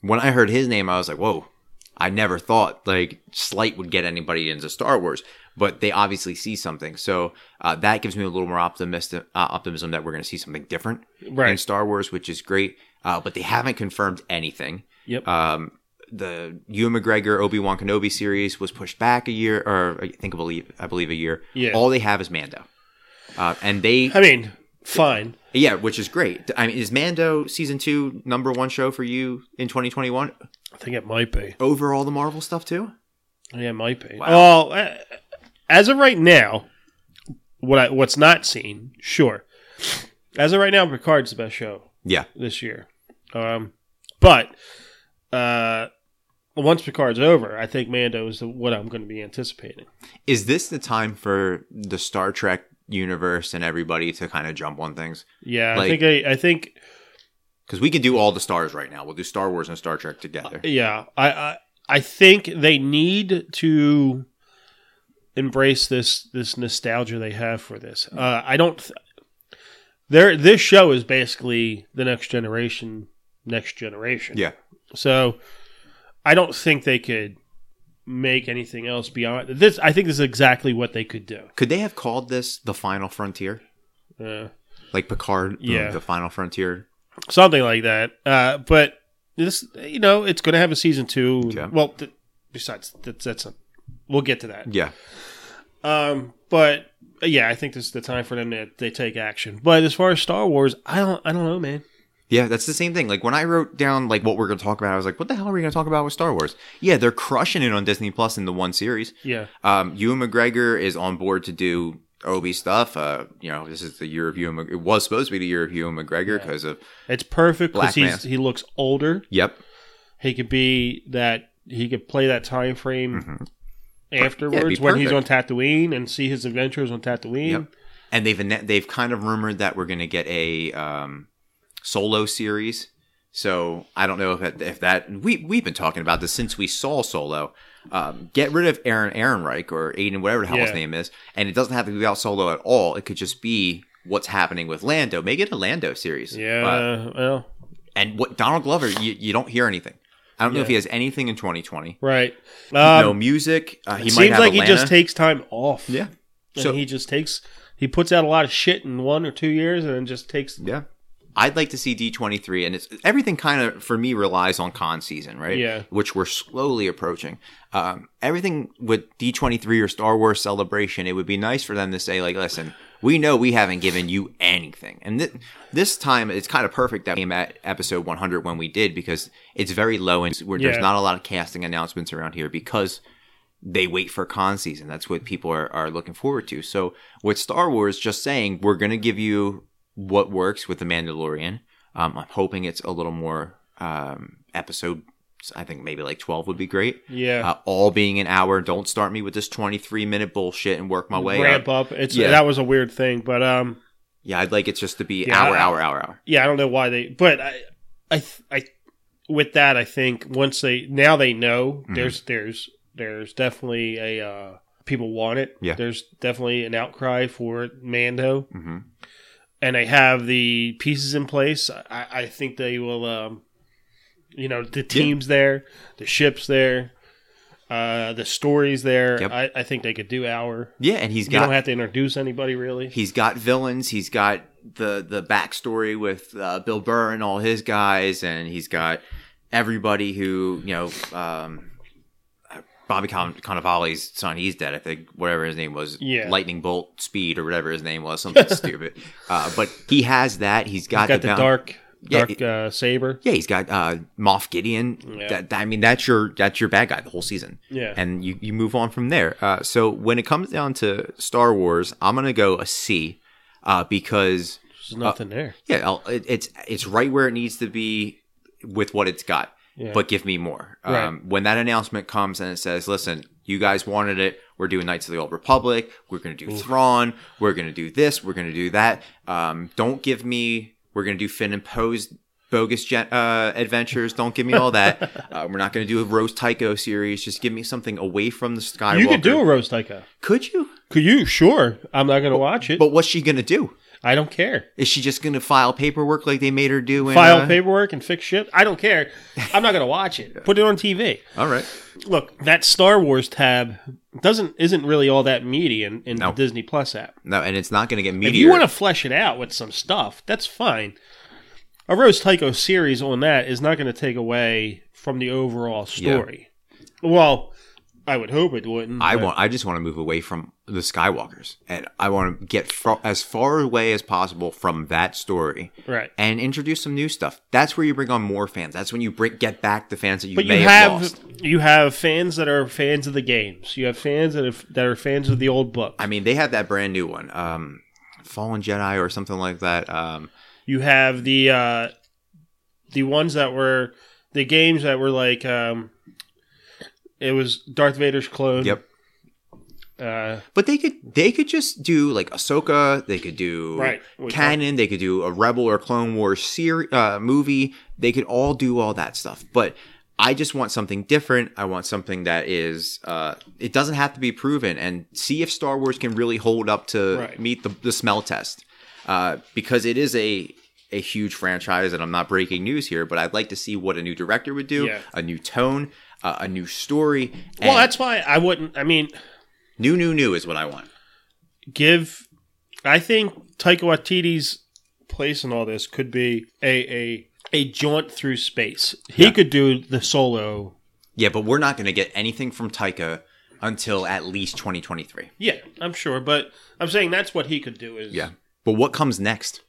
A: when I heard his name, I was like, "Whoa!" I never thought like Slight would get anybody into Star Wars, but they obviously see something. So uh, that gives me a little more optimistic uh, optimism that we're going to see something different in
B: Right.
A: Star Wars, which is great. Uh, but they haven't confirmed anything.
B: Yep.
A: Um, the Ewan McGregor Obi Wan Kenobi series was pushed back a year, or I think I believe I believe a year.
B: Yeah.
A: All they have is Mando, uh, and they
B: I mean, fine.
A: yeah, which is great. I mean, is Mando season two number one show for you in 2021
B: I think it might be.
A: over all the Marvel stuff too?
B: Yeah, it might be.
A: Wow.
B: Well, uh, as of right now, what I, what's not seen, sure. As of right now, Picard's the best show
A: Yeah,
B: this year. Um, but uh, once Picard's over, I think Mando is the, what I'm going to be anticipating.
A: is this the time for the Star Trek universe and everybody to kind of jump on things?
B: Yeah,
A: Like-
B: I think I, I think
A: Because we could do all the stars right now. We'll do Star Wars and Star Trek together.
B: yeah, I, I I think they need to embrace this this nostalgia they have for this. Uh, I don't. Th- there, this show is basically the next generation. Next generation.
A: Yeah.
B: So I don't think they could make anything else beyond this. I think this is exactly what they could do.
A: Could they have called this the Final Frontier?
B: Uh,
A: like Picard, the-
B: Yeah.
A: the Final Frontier.
B: something like that. Uh, but this, you know, it's going to have a season two.
A: Yeah.
B: Well, th- besides that's that's a, we'll get to that.
A: Yeah,
B: Um, but uh, yeah, I think this is the time for them to they take action. But as far as Star Wars, I don't I don't know, man.
A: yeah, that's the same thing. Like when I wrote down like what we're gonna talk about, I was like, what the hell are we gonna talk about with Star Wars? Yeah, they're crushing it on Disney Plus in the one series.
B: Yeah,
A: Um, Ewan McGregor is on board to do Obi stuff. Uh, you know, this is the year of Ewan. Mc- It was supposed to be the year of Ewan McGregor because of
B: it's perfect
A: Black
B: because he's
A: man.
B: he looks older.
A: yep,
B: He could be that he could play that time frame
A: Mm-hmm. Yeah,
B: afterwards
A: it'd be
B: when he's on
A: perfect.
B: Tatooine and see his adventures on Tatooine.
A: Yep. and they've anno- they've kind of rumored that we're gonna get a um, solo series. So I don't know if that, if that we we've been talking about this since we saw Solo. Um, get rid of Aaron Ehrenreich or Aiden whatever the hell his
B: Yeah.
A: name is, and it doesn't have to be about Solo at all. It could just be what's happening with Lando. Make it a Lando series.
B: Yeah,
A: Uh,
B: well,
A: and what Donald Glover, you, you don't hear anything. I don't know if he has anything in 2020.
B: right. Um,
A: no music. Uh, he
B: it
A: might
B: seems
A: have
B: like
A: Atlanta.
B: he just takes time off.
A: yeah.
B: and
A: So-
B: he just takes he puts out a lot of shit in one or two years and then just takes
A: Yeah. I'd like to see D23 and it's everything kind of for me relies on con season, right?
B: Yeah.
A: Which we're slowly approaching. Um, everything with D23 or Star Wars Celebration, it would be nice for them to say like, listen, we know we haven't given you anything. And th- this time it's kind of perfect that we came at episode 100 when we did because it's very low and where
B: Yeah.
A: there's not a lot of casting announcements around here because they wait for con season. That's what people are, are looking forward to. So with Star Wars, just saying we're going to give you what works with the Mandalorian. Um, I'm hoping it's a little more um, episode. I think maybe like 12 would be great.
B: yeah
A: Uh, all being an hour. Don't start me with this 23 minute bullshit and work my way
B: ramp
A: up.
B: up. It's
A: Yeah.
B: that was a weird thing, but um
A: Yeah, I'd like it just to be
B: Yeah,
A: hour,
B: I-
A: hour, hour, hour.
B: yeah, I don't know why they but I I th- I with that I think once they now they know
A: Mhm.
B: there's there's there's definitely a uh people want it.
A: Yeah.
B: There's definitely an outcry for Mando
A: hmm
B: and they have the pieces in place. I, I think they will um you know, the team's there, the ship's there, uh the story's there.
A: Yep.
B: I, I think they could do hour.
A: Yeah, and he's
B: You don't
A: got
B: have to introduce anybody really.
A: he's got villains. He's got the the backstory with uh, Bill Burr and all his guys, and he's got everybody who you know. Um, Bobby Con- Cannavale's son, he's dead. I think whatever his name was,
B: Yeah.
A: lightning bolt speed or whatever his name was,
B: <laughs>
A: something stupid. Uh, but he has that. He's got,
B: Got, got the,
A: bound-
B: dark
A: Yeah,
B: dark uh, saber.
A: Yeah, he's got uh, Moff Gideon.
B: Yeah.
A: That, that- I mean, that's your that's your bad guy the whole season.
B: Yeah.
A: and you, you move on from there. Uh, so when it comes down to Star Wars, I'm gonna go a C uh, because
B: There's nothing there.
A: Yeah, I'll, it, it's it's right where it needs to be with what it's got.
B: Yeah.
A: But give me more.
B: Right.
A: Um, when that announcement comes and it says, "Listen, you guys wanted it. We're doing Knights of the Old Republic. We're going to do Thrawn. We're going to do this. We're going to do that." Um, don't give me. We're going to do Finn and Poe's bogus gen- uh, adventures. Don't give me all that.
B: <laughs>
A: uh, we're not going to do a Rose Tycho series. Just give me something away from the Skywalker.
B: you could do a Rose Tycho.
A: Could you?
B: Could you? Sure. I'm not going to watch it.
A: But what's she going to do?
B: I don't care.
A: Is she just going to file paperwork like they made her do? In,
B: File
A: uh,
B: paperwork and fix shit. I don't care. I'm not going to watch it. Put it on TV.
A: All right.
B: Look, that Star Wars tab doesn't isn't really all that meaty in, in
A: No.
B: the Disney Plus app.
A: No, and it's not going to get meteor.
B: If you want to flesh it out with some stuff, that's fine. A Rose Tycho series on that is not going to take away from the overall story. Well, I would hope it wouldn't.
A: I
B: but-
A: want. I just want to move away from the Skywalkers, and I want to get far, as far away as possible from that story,
B: Right.
A: and introduce some new stuff. That's where you bring on more fans. That's when you bring, get back the fans that you
B: But
A: may
B: you
A: have,
B: have
A: lost.
B: you have fans that are fans of the games. You have fans that are, that are fans of the old book.
A: I mean, they have that brand new one, um, Fallen Jedi or something like that. Um,
B: You have the uh, the ones that were the games that were like um, it was Darth Vader's clone.
A: Yep.
B: Uh,
A: but they could they could just do like Ahsoka. They could do
B: Right. We
A: canon. They could do a Rebel or Clone Wars series uh, movie. They could all do all that stuff. But I just want something different. I want something that is uh, it doesn't have to be proven and see if Star Wars can really hold up to
B: Right.
A: meet the, the smell test uh, because it is a a huge franchise and I'm not breaking news here, but I'd like to see what a new director would do,
B: Yeah.
A: a new tone. Uh, a new story. And
B: well, that's why I wouldn't. I mean,
A: new, new, new is what I want.
B: give. I think Taika Waititi's place in all this could be a a a jaunt through space. He could do the solo.
A: Yeah, but we're not going to get anything from Taika until at least 2023.
B: Yeah, I'm sure, but I'm saying that's what he could do. Is
A: But what comes next?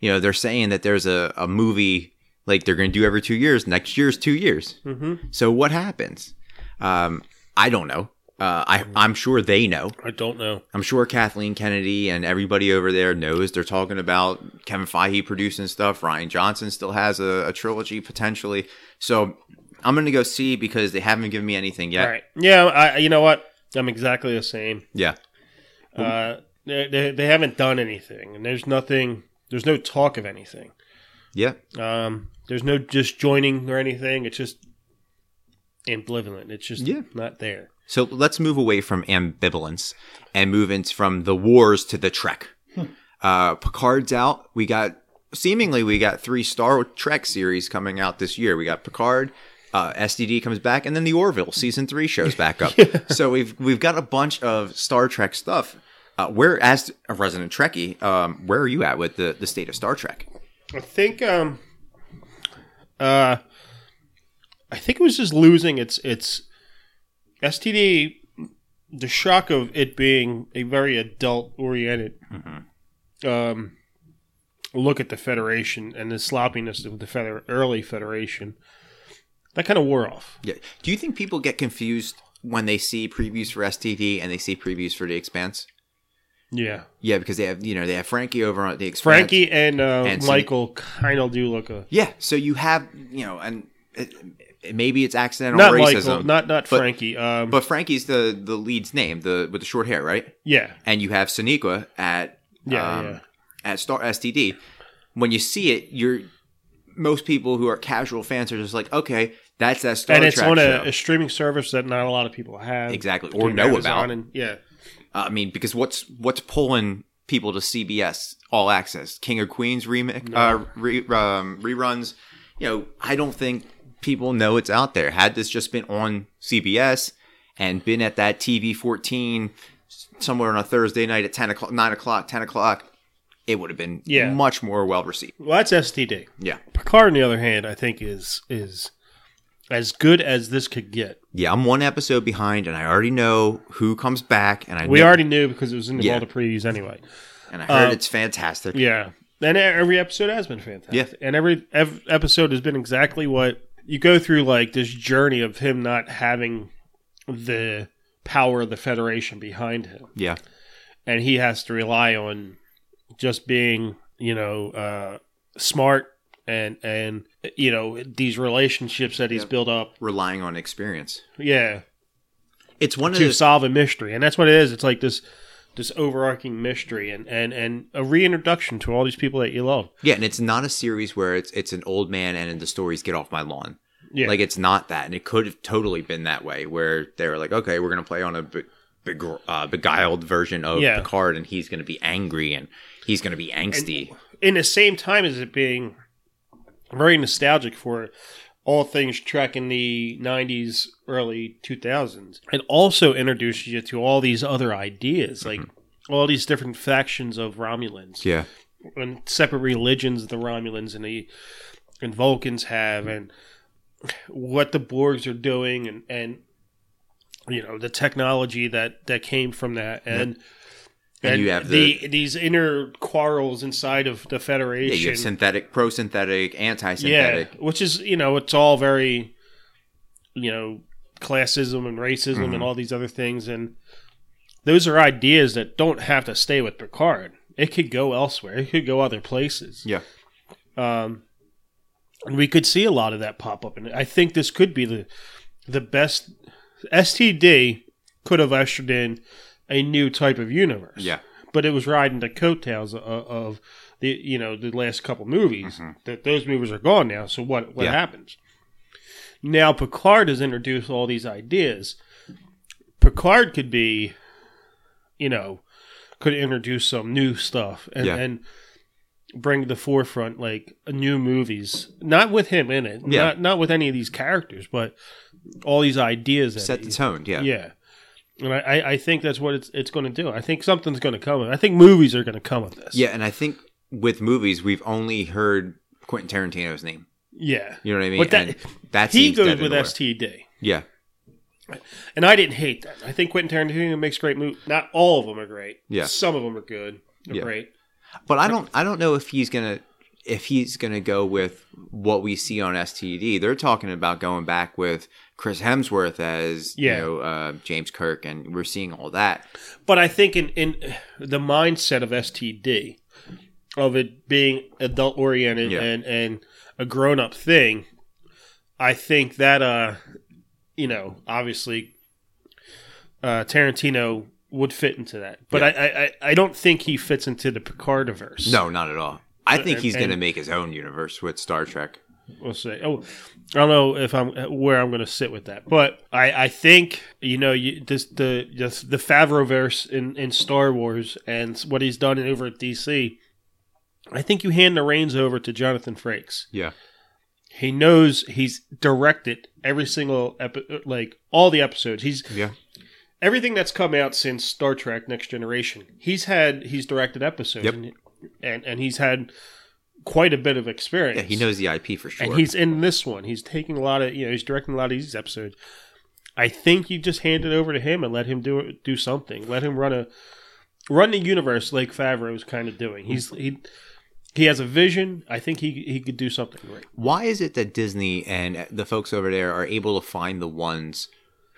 A: You know, they're saying that there's a, a movie like they're going to do every two years. Next year's two years.
B: hmm
A: So what happens? Um, I don't know. Uh, I, I'm sure they know.
B: I don't know.
A: I'm sure Kathleen Kennedy and everybody over there knows they're talking about Kevin Feige producing stuff. Ryan Johnson still has a, a trilogy potentially. So I'm going to go see because they haven't given me anything yet.
B: All right. Yeah, I, you know what? I'm exactly the same.
A: Yeah.
B: Uh, they, they, they haven't done anything, and there's nothing. There's no talk of anything.
A: Yeah.
B: Um, there's no disjoining or anything. It's just ambivalent. It's just
A: Yeah.
B: not there.
A: So let's move away from ambivalence and move into from the wars to the Trek. Uh, Picard's out. We got seemingly we got three Star Trek series coming out this year. We got Picard, uh, SDD comes back, and then the Orville season three shows back up. So we've we've got a bunch of Star Trek stuff. Uh, where as a resident Trekkie, um, where are you at with the the state of Star Trek?
B: I think. Um, uh, I think it was just losing its its STD. The shock of it being a very adult oriented
A: Mm-hmm.
B: um, look at the Federation and the sloppiness of the feder- early Federation, that kind of wore off.
A: Yeah. Do you think people get confused when they see previews for STD and they see previews for The Expanse?
B: Yeah,
A: Yeah, because they have you know they have Frankie over on the Expanse.
B: Frankie and, uh,
A: and some-
B: Michael kind of do look a
A: Yeah, so you have you know, and it, it- maybe it's accidental
B: not
A: racism.
B: Michael, not not
A: but-
B: Frankie. Um,
A: but Frankie's the the lead's name, the with the short hair, right?
B: yeah,
A: And you have Sonequa at
B: Yeah,
A: um,
B: yeah.
A: at Star STD. When you see it, you're most people who are casual fans are just like, okay, that's that Star
B: and it's
A: Trek
B: on
A: show.
B: a, a streaming service that not a lot of people have
A: Exactly, or
B: between
A: know
B: Amazon
A: about.
B: And, yeah,
A: Uh, I mean, because what's what's pulling people to CBS All Access, King of Queens remix uh, re, um, reruns? You know, I don't think people know it's out there. Had this just been on CBS and been at that TV fourteen somewhere on a Thursday night at ten o'clock, nine o'clock, ten o'clock, it would have been
B: Yeah.
A: much more well received.
B: well, that's STD.
A: Yeah,
B: Picard, on the other hand, I think is is as good as this could get.
A: yeah. I'm one episode behind, and I already know who comes back, and I
B: We
A: know,
B: already knew because it was in the
A: Yeah.
B: all the previews anyway.
A: and I heard
B: uh,
A: it's fantastic.
B: Yeah, and e- every episode has been fantastic.
A: Yeah.
B: and every ev- episode has been exactly what you go through, like this journey of him not having the power of the Federation behind him,
A: yeah.
B: and he has to rely on just being you know, uh, smart and and you know these relationships that he's
A: Yep.
B: built up.
A: relying on experience.
B: Yeah,
A: It's one of
B: to
A: the
B: solve a mystery, and that's what it is. It's like this this overarching mystery and and and a reintroduction to all these people that you love.
A: yeah, and it's not a series where it's it's an old man and the stories get off my lawn.
B: Yeah,
A: Like it's not that, and it could have totally been that way where they were like, okay, we're gonna play on a be- beg- uh, beguiled version of
B: Yeah.
A: Picard, and he's gonna be angry and he's gonna be angsty.
B: in the same time as it being very nostalgic for all things Trek in the 90s, early 2000s. It also introduces you to all these other ideas, like all these different factions of Romulans
A: yeah,
B: and separate religions the Romulans and the and Vulcans have, and what the Borgs are doing, and and you know the technology that that came from that, and.
A: And you have the-
B: these inner quarrels inside of the Federation.
A: yeah, you have synthetic, pro synthetic, anti
B: Yeah,
A: synthetic.
B: which is you know it's all very, you know, classism and racism
A: Mhm.
B: and all these other things, and those are ideas that don't have to stay with Picard. It could go elsewhere. It could go other places.
A: Yeah.
B: Um, and we could see a lot of that pop up, and I think this could be the the best. STD could have ushered in a new type of universe
A: Yeah,
B: but it was riding the coattails of, of the you know the last couple movies that those movies are gone now so what what
A: Mm-hmm. Yeah.
B: happens now picard has introduced all these ideas picard could be you know could introduce some new stuff and,
A: Yeah.
B: and bring to the forefront like new movies not with him in it
A: Yeah.
B: not not with any of these characters but all these ideas that
A: set the
B: he-
A: tone. Yeah,
B: yeah. And I, I, I think that's what it's it's going to do. I think something's going to come. of it. I think movies are going to come with this.
A: yeah, and I think with movies we've only heard Quentin Tarantino's name.
B: yeah.
A: You know what I mean?
B: But that-
A: And that
B: He
A: seems
B: goes
A: dead in
B: with
A: order.
B: STD,
A: Yeah,
B: and I didn't hate that. I think Quentin Tarantino makes great movies. Not all of them are great.
A: Yeah.
B: some of them are good. They're
A: Yeah.
B: Great.
A: But I don't I don't know if he's gonna if he's gonna go with what we see on STD. They're talking about going back with Chris Hemsworth as
B: Yeah.
A: you know uh, James Kirk, and we're seeing all that.
B: But I think in in the mindset of STD, of it being adult oriented
A: Yeah.
B: and and a grown up thing, I think that uh, you know, obviously, uh, Tarantino would fit into that. But
A: Yeah.
B: I, I I I don't think he fits into the Picardiverse.
A: No, not at all. I think
B: And-
A: he's gonna
B: and-
A: make his own universe with Star Trek.
B: we'll say. Oh, I don't know if I'm where I'm going to sit with that, but I, I think you know you, this the this, the Favroverse in in Star Wars and what he's done over at DC. I think you hand the reins over to Jonathan Frakes.
A: Yeah,
B: He knows he's directed every single epi- like all the episodes. He's
A: yeah,
B: everything that's come out since Star Trek Next Generation, he's had he's directed episodes
A: Yep.
B: and, and and he's had quite a bit of experience.
A: yeah. He knows the IP for sure.
B: And he's in this one. He's taking a lot of you know, he's directing a lot of these episodes. I think you just hand it over to him and let him do do something. Let him run a run the universe like Favreau is kind of doing. He's he he has a vision. I think he he could do something great.
A: Why is it that Disney and the folks over there are able to find the ones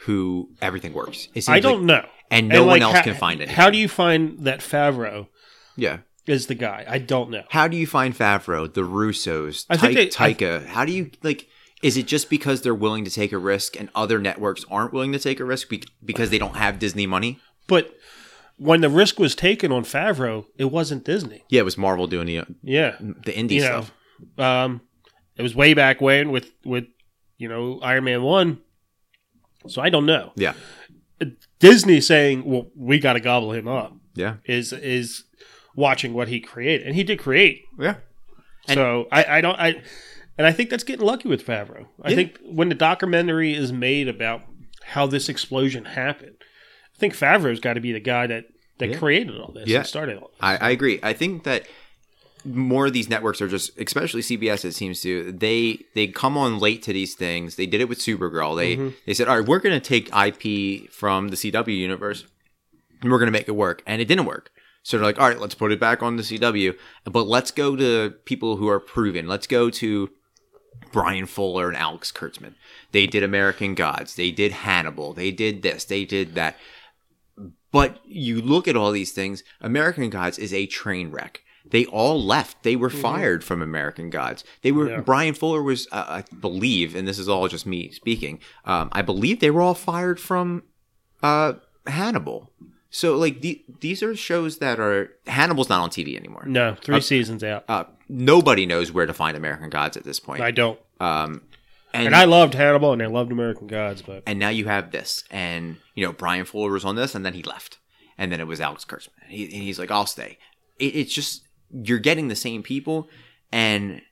A: who everything works? It seems
B: I don't
A: like-
B: know.
A: and
B: And,
A: no
B: like,
A: one else
B: how-
A: can find it.
B: How do you find that Favreau
A: yeah.
B: is the guy? I don't know.
A: How do you find Favreau, the Russos,
B: I
A: Ty-
B: think they- I-
A: Taika? how do you like? Is it just because they're willing to take a risk and other networks aren't willing to take a risk be- because they don't have Disney money?
B: But when the risk was taken on Favreau, it wasn't Disney.
A: Yeah, it was Marvel doing the uh,
B: Yeah.
A: the indie
B: you know,
A: stuff.
B: um, it was way back when with with you know Iron Man one. So I don't know.
A: Yeah,
B: Disney saying, "Well, we got to gobble him up."
A: yeah,
B: Is is watching what he created, and he did create.
A: yeah. And-
B: so I, I don't I, and I think that's getting lucky with Favreau. I
A: Yeah.
B: think when the documentary is made about how this explosion happened, I think Favreau's got to be the guy that that
A: Yeah.
B: created all this
A: Yeah.
B: and started all. This.
A: I, I agree. I think that more of these networks are just, especially CBS. It seems to they they come on late to these things. They did it with Supergirl. They they said, all right, we're going to take IP from the CW universe and we're going to make it work, and it didn't work. So they're like, all right, let's put it back on the CW, but let's go to people who are proven. Let's go to Brian Fuller and Alex Kurtzman. They did American Gods. They did Hannibal. They did this. They did that. But you look at all these things, American Gods is a train wreck. They all left. They were fired from American Gods. They were
B: Mm-hmm. Yeah.
A: Brian Fuller was, uh, I believe, and this is all just me speaking. Um, I believe they were all fired from uh, Hannibal. So like the, these are shows that are Hannibal's not on TV anymore.
B: No, three seasons out.
A: Uh, nobody knows where to find American Gods at this point.
B: I don't.
A: Um, and
B: And I loved Hannibal and I loved American Gods, but
A: and now you have this and you know brian fuller was on this and then he left and then it was alex kurtzman and, he, and he's like i'll stay it, it's just you're getting the same people and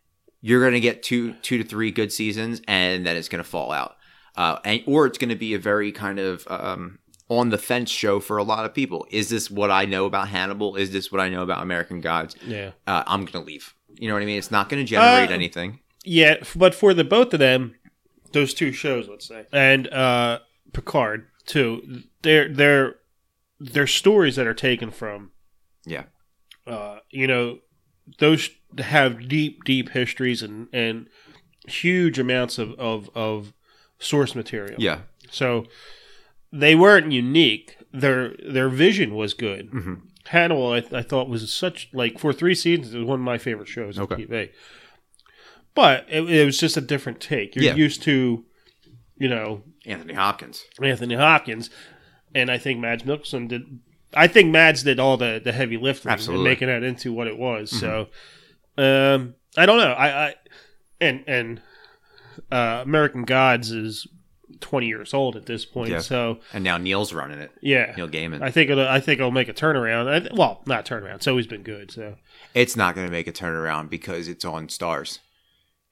A: you're going to get two two to three good seasons and then it's going to fall out uh, and or it's going to be a very kind of um, on the fence show for a lot of people is this what i know about hannibal is this what i know about american gods
B: yeah.
A: uh, i'm going to leave you know what i mean it's not going to generate
B: Uh,
A: anything
B: Yeah, f- but for the both of them, those two shows, let's say, and uh, Picard too, they're they're they're stories that are taken from,
A: Yeah.
B: uh, you know, those have deep, deep histories and and huge amounts of of, of source material.
A: yeah
B: So they weren't unique. Their their vision was good.
A: Mhm.
B: Hannibal, I, I thought, was such like for three seasons, it was one of my favorite shows on
A: Okay.
B: TV. But it, it was just a different take. You're
A: Yeah.
B: used to, you know,
A: anthony hopkins
B: Anthony Hopkins, and I think Mads Mikkelsen did. I think Mads did all the, the heavy lifting and
A: Absolutely. Mm-hmm.
B: making that into what it was. So, um, I don't know. I, I and and uh, American Gods is twenty years old at this point.
A: Yeah.
B: So
A: and now neil's running it
B: yeah,
A: neil gaiman
B: I think it'll, I think it'll make a turnaround. I, th- well, not turnaround. It's always been good. So
A: it's not going to make a turnaround because it's on stars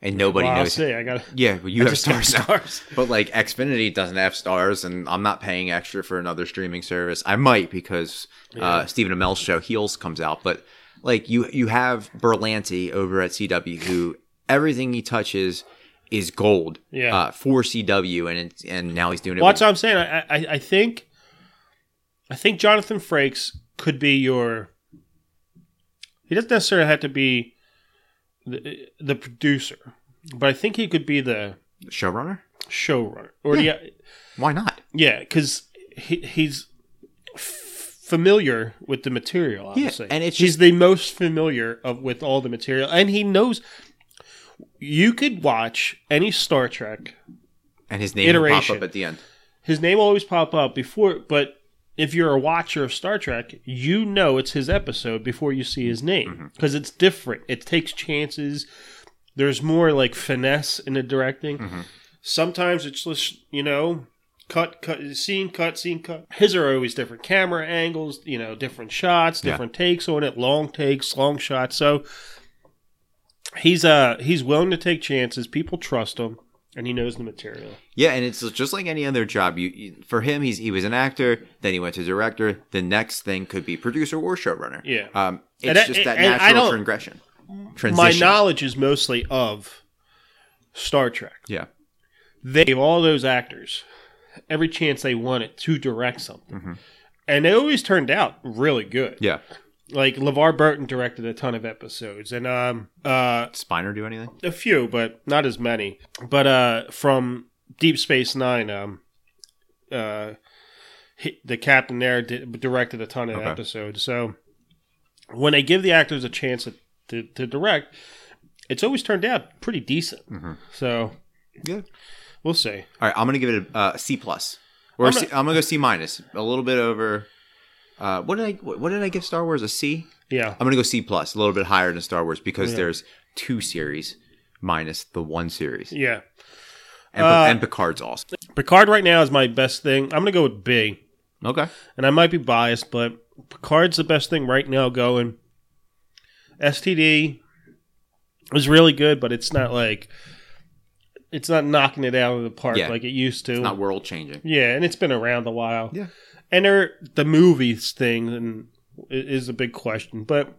A: and nobody
B: Well, I'll
A: knows
B: see. I got
A: yeah well, you have
B: just got
A: stars, now. <laughs> but like xfinity doesn't have stars and i'm not paying extra for another streaming service i might because uh, stephen amell's show heels comes out but like you you have berlanti over at cw who everything he touches is gold
B: Yeah.
A: uh, for cw and it's, and now he's doing it
B: Well, that's
A: with-
B: what I'm saying. I, I, I think, I think Jonathan Frakes could be your. He doesn't necessarily have to be the the producer, but I think he could be the
A: showrunner
B: showrunner or the
A: why not
B: yeah, because he, he's f- familiar with the material. Obviously,
A: and it's
B: he's the most familiar of with all the material, and he knows. You could watch any Star Trek
A: and his name will pop
B: Iteration.
A: up at the end
B: his name will always pop up before but if you're a watcher of star trek you know it's his episode before you see his name because it's different it takes chances there's more like finesse in the directing sometimes it's just you know cut cut scene cut scene cut his are always different camera angles you know different shots
A: Yeah.
B: different takes on it long takes long shots so he's uh he's willing to take chances people trust him and he knows the material
A: Yeah, and it's just like any other job. You, you for him, he's he was an actor, then he went to director. The next thing could be producer or showrunner.
B: Yeah.
A: um, it's
B: And I-
A: just that
B: and I
A: natural
B: don't-
A: progression.
B: my
A: Transition.
B: knowledge is mostly of Star Trek.
A: yeah,
B: They gave all those actors every chance they wanted to direct something.
A: Mhm.
B: And they always turned out really good.
A: yeah.
B: Like LeVar Burton directed a ton of episodes and um uh
A: Spiner do anything?
B: a few, but not as many. But uh from Deep Space Nine, um uh he, the captain there did, directed a ton of
A: Okay.
B: episodes. So when they give the actors a chance to, to, to direct, it's always turned out pretty decent.
A: Mhm.
B: So
A: Yeah.
B: we'll see.
A: All right, I'm gonna give it a uh, C plus, or
B: I'm
A: I'm, C, I'm gonna go C minus, a little bit over. Uh, what did I what, what did I give Star Wars a C?
B: Yeah,
A: I'm gonna go C plus, a little bit higher than Star Wars because
B: Yeah.
A: there's two series minus the one series,
B: yeah.
A: and,
B: Uh,
A: and Picard's also
B: Picard right now is my best thing. I'm gonna go with B.
A: okay.
B: and I might be biased, but Picard's the best thing right now going. STD was really good, but it's not like it's not knocking it out of the park
A: Yeah.
B: like it used to.
A: It's not world changing.
B: yeah, and it's been around a while.
A: Yeah.
B: and there, the movies thing and i- is a big question, but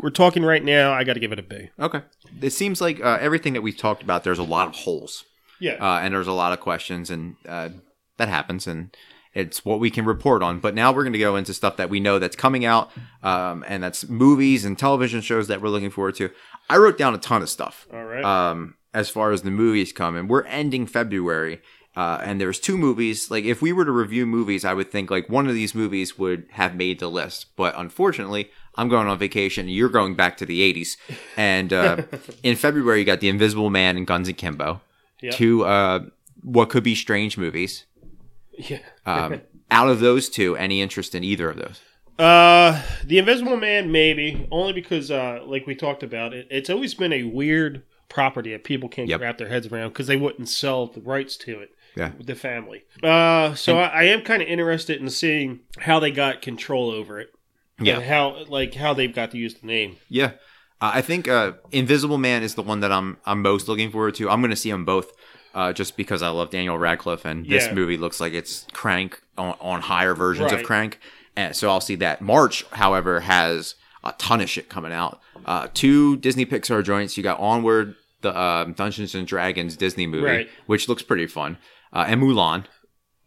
B: we're talking right now. I got to give it a B.
A: Okay. It seems like uh, everything that we've talked about, there's a lot of holes,
B: Yeah,
A: uh, and there's a lot of questions, and uh, that happens, and it's what we can report on. But now we're going to go into stuff that we know that's coming out, um, and that's movies and television shows that we're looking forward to. I wrote down a ton of stuff
B: all right.
A: um, as far as the movies come, and we're ending February. Uh, and there's two movies. Like if we were to review movies, I would think like one of these movies would have made the list, but unfortunately, I'm going on vacation. You're going back to the 80s. And uh, in February, you got The Invisible Man and Guns Akimbo.
B: Yep.
A: Two uh, what could be strange movies.
B: Yeah.
A: Um, out of those two, any interest in either of those?
B: Uh, The Invisible Man, maybe only because, uh, like we talked about, it, it's always been a weird property that people can't
A: Yep.
B: wrap their heads around because they wouldn't sell the rights to it.
A: Yeah.
B: The family. Uh, so I, I am kind of interested in seeing how they got control over it.
A: Yeah.
B: And how like how they've got to use the name.
A: Yeah. Uh, I think uh, Invisible Man is the one that I'm I'm most looking forward to. I'm going to see them both uh, just because I love Daniel Radcliffe, and this
B: Yeah.
A: movie looks like it's Crank on, on higher versions of
B: Right.
A: Crank. And so I'll see that. March, however, has a ton of shit coming out. Uh, two Disney Pixar joints. You got Onward, the um, Dungeons and Dragons Disney movie,
B: Right.
A: which looks pretty fun, uh, and Mulan,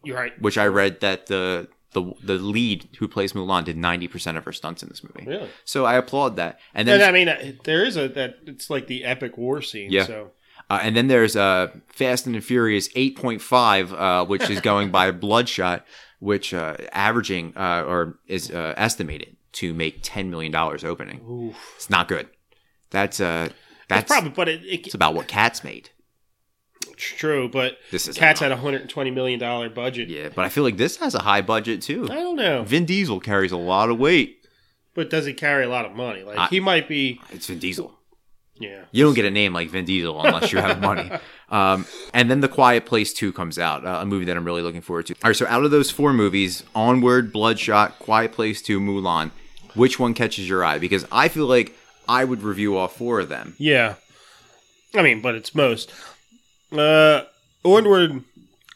B: You're right.
A: which I read that the the the lead who plays Mulan did 90% of her stunts in this movie.
B: Really.
A: So I applaud that. And then
B: And I mean, uh, there is a that it's like the epic war scene.
A: Yeah.
B: So
A: Uh, and then there's uh, Fast and the Furious 8.5, uh, which is going by Bloodshot, which uh, averaging uh, or is uh, estimated to make $10 million opening.
B: Oof.
A: It's not good. That's uh, that's
B: it's probably, but it, it,
A: it's about what Cats made.
B: it's true. But
A: This is
B: Cats
A: not-
B: had a hundred and twenty million dollar budget.
A: yeah, but I feel like this has a high budget too.
B: I don't know.
A: Vin Diesel carries a lot of weight.
B: But does he carry a lot of money? Like
A: I-
B: he might be.
A: It's Vin Diesel.
B: Yeah.
A: You don't get a name like Vin Diesel unless you have
B: <laughs>
A: money. Um, and then The Quiet Place 2 comes out, uh, a movie that I'm really looking forward to. All right, so out of those four movies, Onward, Bloodshot, Quiet Place 2, Mulan, which one catches your eye? Because I feel like I would review all four of them.
B: Yeah. I mean, but it's most. Uh, Onward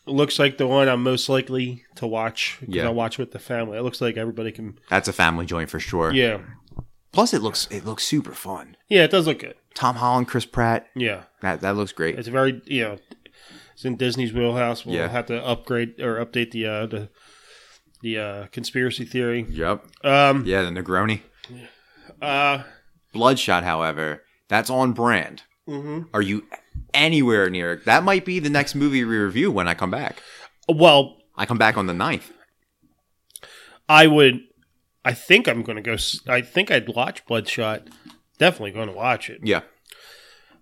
B: looks like the one I'm most likely to watch because
A: Yeah.
B: I watch with the family. It looks like everybody can.
A: That's a family joint for sure.
B: Yeah.
A: Plus, it looks it looks super fun.
B: Yeah, it does look good.
A: Tom Holland, Chris Pratt,
B: Yeah.
A: that, that looks great.
B: It's very, you know, it's in Disney's wheelhouse. We'll
A: Yeah.
B: have to upgrade or update the, uh, the, the uh, conspiracy theory.
A: Yep.
B: Um,
A: Yeah, the Negroni.
B: uh,
A: Bloodshot, however, that's on brand.
B: hmm
A: Are you anywhere near? That might be the next movie we review when I come back.
B: Well,
A: I come back on the 9th.
B: I would. I think I'm going to go. s- I think I'd watch Bloodshot. Definitely going to watch it.
A: Yeah.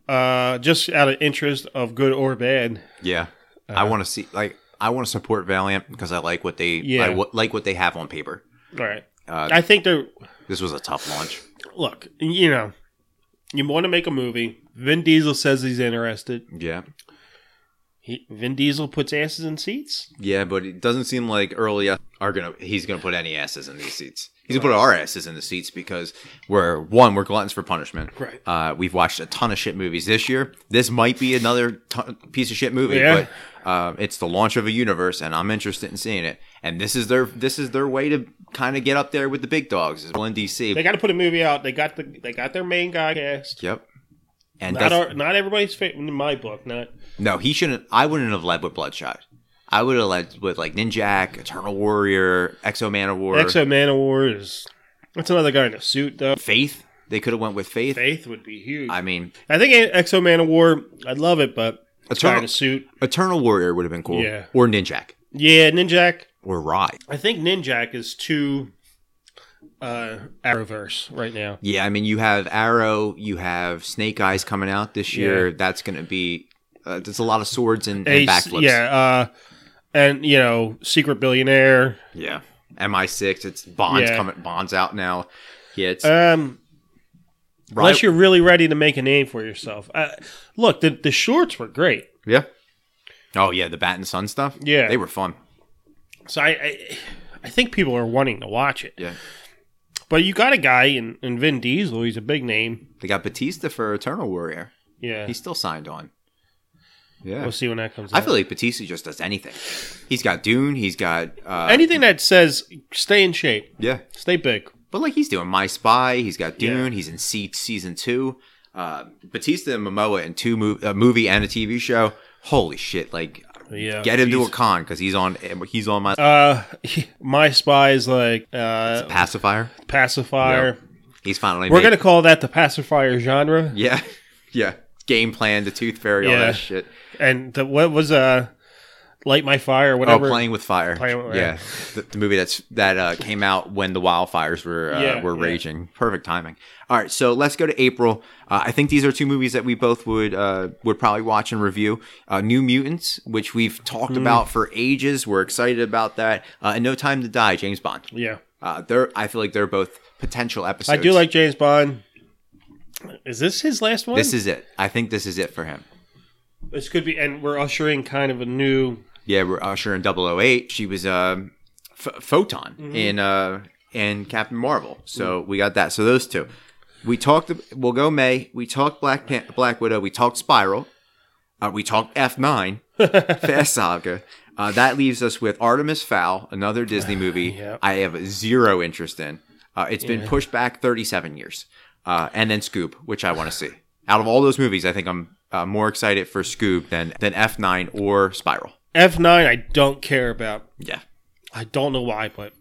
B: Uh, just out of interest of good or bad.
A: Yeah. I want to see like I want to support Valiant because I like what they
B: Yeah.
A: I w- like what they have on paper.
B: All right.
A: Uh,
B: I think they're
A: this was a tough launch.
B: look. You know, you want to make a movie. Vin Diesel says he's interested.
A: Yeah.
B: He, Vin Diesel puts asses in seats.
A: Yeah, but it doesn't seem like early are gonna he's gonna put any asses in these seats. He's gonna put our asses in the seats because we're one, we're gluttons for punishment.
B: Right.
A: Uh, we've watched a ton of shit movies this year. This might be another ton, piece of shit movie,
B: Yeah.
A: but um, it's the launch of a universe, and I'm interested in seeing it. And this is their this is their way to kind of get up there with the big dogs. Is well in DC.
B: They got to put a movie out. They got the they got their main guy cast.
A: yep. And
B: Not
A: that's-
B: our, not everybody's favorite in my book. Not
A: No, he shouldn't. I wouldn't have led with Bloodshot. I would have led with like Ninjak, Eternal Warrior, Exo Man of War,
B: Exo Man of War is. That's another guy in a suit though.
A: Faith. They could have went with Faith.
B: Faith would be huge.
A: I mean,
B: I think Exo Man of War, I'd love it, but it's
A: Eternal-
B: trying to suit.
A: Eternal Warrior would have been cool.
B: Yeah.
A: Or Ninjak.
B: Yeah, Ninjak.
A: Or Rai.
B: I think Ninjak is too uh Arrowverse right now.
A: Yeah, I mean, you have Arrow, you have Snake Eyes coming out this year.
B: Yeah.
A: That's going to be. Uh, there's a lot of swords and, and
B: Ace,
A: backflips.
B: Yeah, uh and you know, Secret Billionaire.
A: Yeah. MI6, it's Bond's
B: Yeah.
A: coming. Bond's out now. Yeah, it's.
B: Um
A: Rai-
B: unless you're really ready to make a name for yourself. Uh, look, the the shorts were great.
A: yeah. Oh, yeah, the Bat and Sun stuff.
B: Yeah.
A: They were fun.
B: So I, I I think people are wanting to watch it.
A: Yeah.
B: But you got a guy in, in Vin Diesel, he's a big name.
A: They got Batista for Eternal Warrior.
B: Yeah.
A: He's still signed on. Yeah.
B: we'll see when that comes out.
A: I feel like Batista just does anything. He's got Dune. He's got uh,
B: Anything that says stay in shape.
A: yeah,
B: Stay big.
A: but like he's doing My Spy. He's got Dune. He's in Se- season two. Uh, Batista and Momoa in two mov- a movie and a TV show. Holy shit! Like
B: Yeah.
A: get him to a con because he's on he's on my
B: Uh, <laughs> my spy is like uh,
A: pacifier.
B: pacifier.
A: He's finally
B: We're
A: made-
B: gonna call that the pacifier genre.
A: <laughs> yeah yeah game plan the Tooth Fairy all
B: Yeah.
A: that shit.
B: And the, what was uh, Light My Fire, whatever.
A: Oh, playing with fire.
B: Playing with Fire.
A: Yeah, the, the movie that's that
B: <laughs>
A: uh, came out when the wildfires were uh,
B: Yeah,
A: were
B: yeah.
A: raging. Perfect timing. All right, so let's go to April. Uh, I think these are two movies that we both would uh, would probably watch and review. Uh, New Mutants, which we've talked
B: Mm.
A: about for ages. We're excited about that. Uh, and No Time to Die, James Bond.
B: yeah.
A: Uh, they're I feel like they're both potential episodes.
B: I do like James Bond. Is this his last one?
A: this is it. I think this is it for him.
B: This could be, and we're ushering kind of a new.
A: Yeah, we're Usher in 008. She was um, Ph- Photon in uh, in Captain Marvel. So we got that. So those two. We talked. We'll go May. We talked Black Pan- Black Widow. We talked Spiral. Uh, we talked F nine Fast Saga. Uh, that leaves us with Artemis Fowl, another Disney movie.
B: Yep.
A: I have zero interest in. Uh, it's been pushed back 37 years, uh, and then Scoob, which I want to see. Out of all those movies, I think I'm uh, more excited for Scoob than than F nine or Spiral.
B: F9, I don't care about.
A: Yeah.
B: I don't know why, but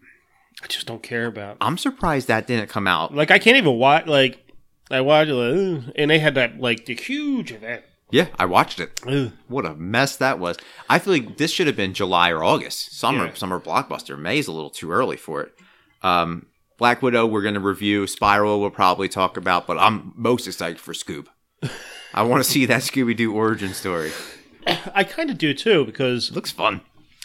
B: I just don't care about.
A: I'm surprised that didn't come out.
B: Like, I can't even watch, like, I watched it, like, ugh, and they had that, like, the huge event.
A: Yeah, I watched it.
B: Ugh.
A: What a mess that was. I feel like this should have been July or August. Summer
B: Yeah.
A: summer blockbuster. May's a little too early for it. Um Black Widow we're going to review, Spiral we'll probably talk about, but I'm most excited for <laughs> Scoob. I want to see that Scooby Doo origin story.
B: I kind of do too, because
A: Looks fun.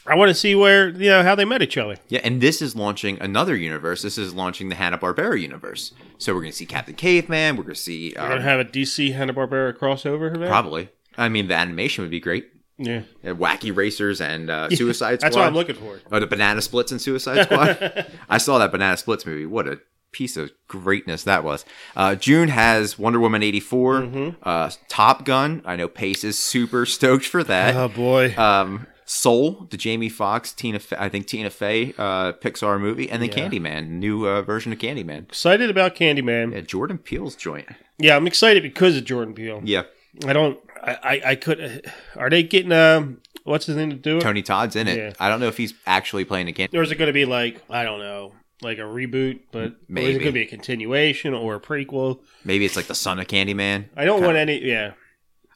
B: I want to see where, you know, how they met each other.
A: Yeah, and this is launching another universe. This is launching the Hanna Barbera universe. So we're going to see Captain Caveman. We're going to see
B: We're going
A: uh,
B: to have a DC Hanna-Barbera crossover event.
A: probably. I mean, the animation would be great.
B: Yeah.
A: and Wacky Racers and uh, Suicide Squad.
B: That's what I'm looking for.
A: Oh, the Banana Splits and
B: <laughs>
A: Suicide Squad. I saw that Banana Splits movie. What a piece of greatness that was. Uh, June has Wonder Woman 84,
B: Mm-hmm.
A: uh, Top Gun. I know Pace is super <laughs> stoked for
B: Uh-huh.
A: that.
B: Oh, boy.
A: um, Soul, the Jamie Foxx, Tina, Fe- I think Tina Fey uh, Pixar movie, and then Candyman, new uh, version of Candyman.
B: excited about Candyman.
A: Yeah, Jordan Peele's joint.
B: Yeah, I'm excited because of Jordan Peele.
A: Yeah,
B: I don't. I, I, I could. Are they getting um? What's his name to do it?
A: Tony Todd's in it.
B: Yeah.
A: I don't know if he's actually playing a Candyman.
B: Or is it going to be like I don't know, like a reboot? But or is
A: Maybe.
B: it going to be a continuation or a prequel?
A: Maybe it's like the son of Candyman.
B: I don't want any. Yeah,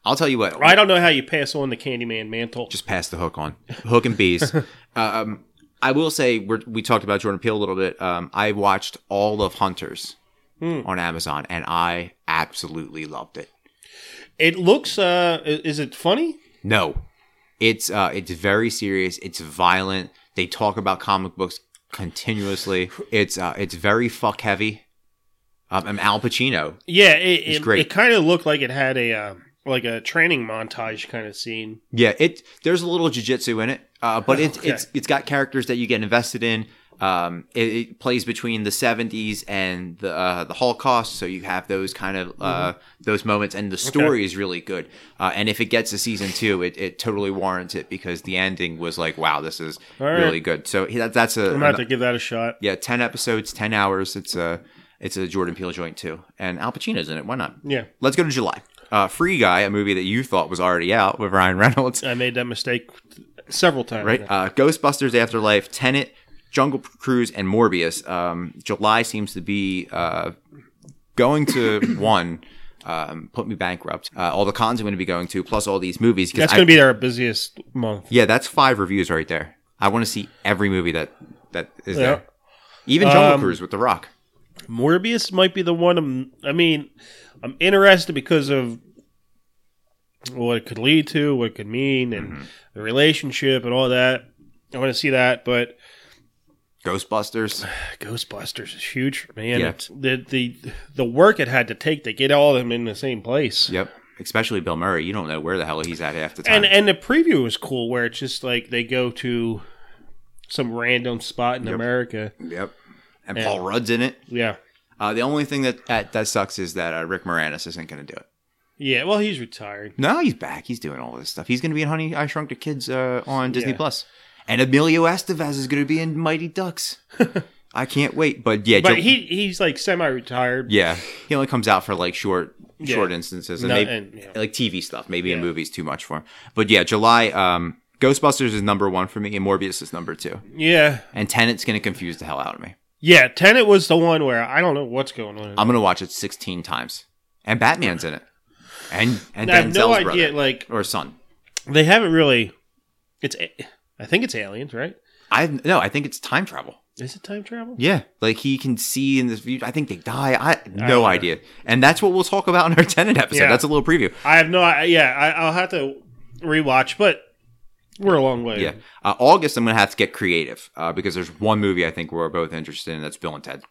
A: I'll tell you what.
B: I don't know how you pass on the Candyman mantle.
A: just pass the hook on hook and bees. um, I will say we're, we talked about Jordan Peele a little bit. Um, I watched all of Hunters on Amazon, and I absolutely loved it.
B: it looks. Uh, i- is it funny?
A: No, it's uh, it's very serious. It's violent. They talk about comic books continuously. It's uh, it's very fuck heavy. Um, and Al Pacino.
B: Yeah, it
A: It's
B: it,
A: great.
B: it kind of looked like it had a uh, like a training montage kind of scene.
A: Yeah, it there's a little jujitsu in it, uh, but it's
B: Okay.
A: it's it's got characters that you get invested in. Um, it, it plays between the 70s and the uh, the Holocaust, so you have those kind of
B: Mm-hmm.
A: uh, those moments, and the story is really good. Uh, and if it gets a season two, it, it totally warrants it because the ending was like, wow, this is
B: right.
A: really good. So he- that, that's a
B: I'm gonna have to give that a shot.
A: yeah, ten episodes, ten hours. It's a it's a Jordan Peele joint too, and Al Pacino's in it. Why not?
B: Yeah,
A: Let's go to July. Uh, Free Guy, a movie that you thought was already out with Ryan Reynolds
B: I made that mistake several times.
A: right? Uh, Ghostbusters Afterlife, Tenet, Jungle Cruise, and Morbius. Um, July seems to be uh, going
B: <coughs>
A: to one. Um, put me bankrupt. Uh, all the cons I'm going to be going to, plus all these movies. 'cause
B: That's
A: I-
B: going to be our busiest month.
A: yeah, that's five reviews right there. I want to see every movie that that is
B: Yeah.
A: there, even Jungle
B: Um,
A: Cruise with The Rock.
B: Morbius might be the one. I'm, I mean, I'm interested because of what it could lead to, what it could mean, and
A: Mm-hmm.
B: the relationship and all that. I want to see that, but
A: Ghostbusters.
B: Ghostbusters is huge, man.
A: Yeah.
B: It's- The the the work it had to take to get all of them in the same place,
A: Yep. Especially Bill Murray. You don't know where the hell he's at half the time.
B: and and the preview was cool, where it's just like they go to some random spot in America.
A: yep. And Paul Rudd's in it.
B: Yeah,
A: Uh, the only thing that that, that sucks is that uh, Rick Moranis isn't going to do it.
B: yeah. Well, he's retired.
A: No, he's back. He's doing all this stuff. He's going to be in Honey I Shrunk the Kids uh, on Disney
B: Yeah.
A: Plus. and Emilio Estevez is going to be in Mighty
B: <laughs>
A: Ducks. I can't wait. But yeah,
B: But
A: Joe-
B: he he's like semi-retired.
A: yeah, he only comes out for like short
B: Yeah.
A: short instances and,
B: No,
A: maybe,
B: and, yeah.
A: like TV stuff. Maybe in
B: Yeah.
A: movies too much for him. But yeah, July. Um, Ghostbusters is number one for me, and Morbius is number two.
B: yeah.
A: And Tenet's going to confuse the hell out of me.
B: Yeah, Tenet was the one where I don't know what's going on.
A: I'm going to watch it 16 times, and Batman's in it, and and
B: I have
A: Denzel's
B: no idea.
A: brother
B: Like
A: or son.
B: they haven't really It's a- I think it's aliens, right?
A: I no, I think it's time travel.
B: Is it time travel?
A: Yeah, like he can see in this view. I think they die. I no
B: know.
A: idea, and that's what we'll talk about in our <laughs> tenant episode.
B: Yeah.
A: That's a little preview.
B: I have no. I, yeah, I, I'll have to rewatch, but we're a long way.
A: Yeah, uh, August. I'm gonna have to get creative uh, because there's one movie I think we're both interested in. That's Bill and Ted.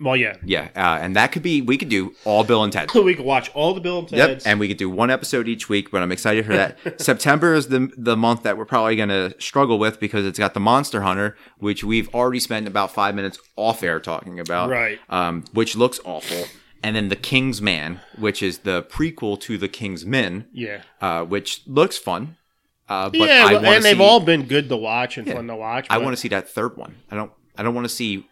B: Well, yeah. <laughs>
A: Yeah, uh, and that could be we could do all Bill and Ted.
B: We could watch all the Bill and
A: Yep,
B: Ted's.
A: and we could do one episode each week. But I'm excited for
B: <laughs>
A: that. September is the the month that we're probably going to struggle with because it's got the Monster Hunter, which we've already spent about five minutes off air talking about,
B: Right.
A: Um, which looks awful. And then the King's Man, which is the prequel to the King's Men,
B: yeah.
A: uh, which looks fun. Uh, but
B: yeah,
A: I
B: well,
A: want
B: and
A: to see.
B: they've all been good to watch and fun to watch.
A: I
B: but
A: want to see that third one. I don't. I don't want to see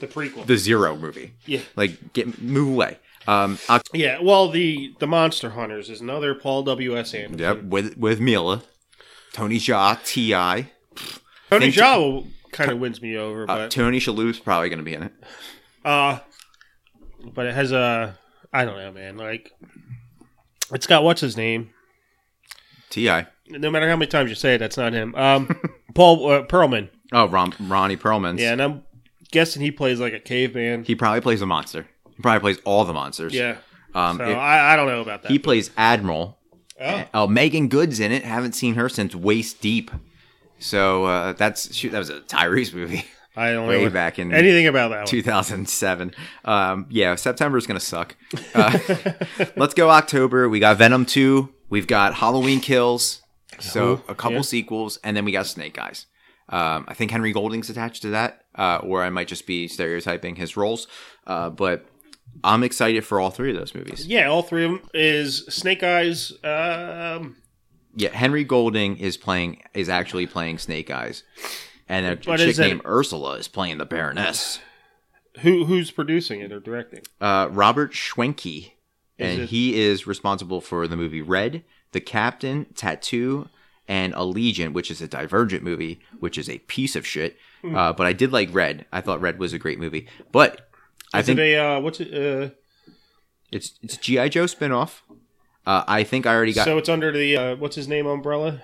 B: the prequel.
A: the Zero movie.
B: Yeah.
A: Like get move away. Um, Oc-
B: yeah, well, the the Monster Hunters is another Paul W S Anderson.
A: Yep, with with Mila, Tony Jaa, Ti.
B: Tony
A: Think-
B: Jaa kind of wins me over,
A: Uh,
B: but
A: Tony Shalhoub's probably going to be in it.
B: uh, but it has a I don't know, man. Like it's got what's his name.
A: Ti.
B: No matter how many times you say it, that's not him.
A: <laughs>
B: Um, Paul uh, Perlman.
A: Oh, Ron, Ronnie Perlman's.
B: Yeah, and I'm guessing he plays like a caveman.
A: He probably plays a monster. He probably plays all the monsters.
B: yeah.
A: Um,
B: So
A: it-
B: I, I don't know about that.
A: he plays Admiral.
B: oh.
A: Oh, Megan Good's in it. Haven't seen her since Waist Deep. So uh, that's shoot. That was a Tyrese movie <laughs>
B: I don't
A: way
B: know
A: back in
B: anything about that one.
A: 2007. Um, yeah, September's gonna suck. Uh, <laughs> let's go October. We got Venom 2. We've got Halloween Kills. So a couple
B: yeah.
A: sequels, and then we got Snake Eyes. Um, I think Henry Golding's attached to that, uh, or I might just be stereotyping his roles. Uh, but I'm excited for all three of those movies.
B: Yeah, all three of them is Snake Eyes. Um,
A: Yeah, Henry Golding is playing is actually playing Snake Eyes, and a
B: But
A: chick
B: is it-
A: named Ursula is playing the Baroness.
B: who who's producing it or directing?
A: uh, Robert Schwenke, and
B: it-
A: he is responsible for the movie Red, The Captain, Tattoo, and Allegiant, which is a Divergent movie, which is a piece of shit.
B: Hmm.
A: Uh, but I did like Red. I thought Red was a great movie. But I
B: Is
A: think
B: it a uh, what's it?
A: it's it's a GI Joe spinoff. Uh, I think I already
B: Uh,
A: got.
B: so it's under the uh, what's his name umbrella.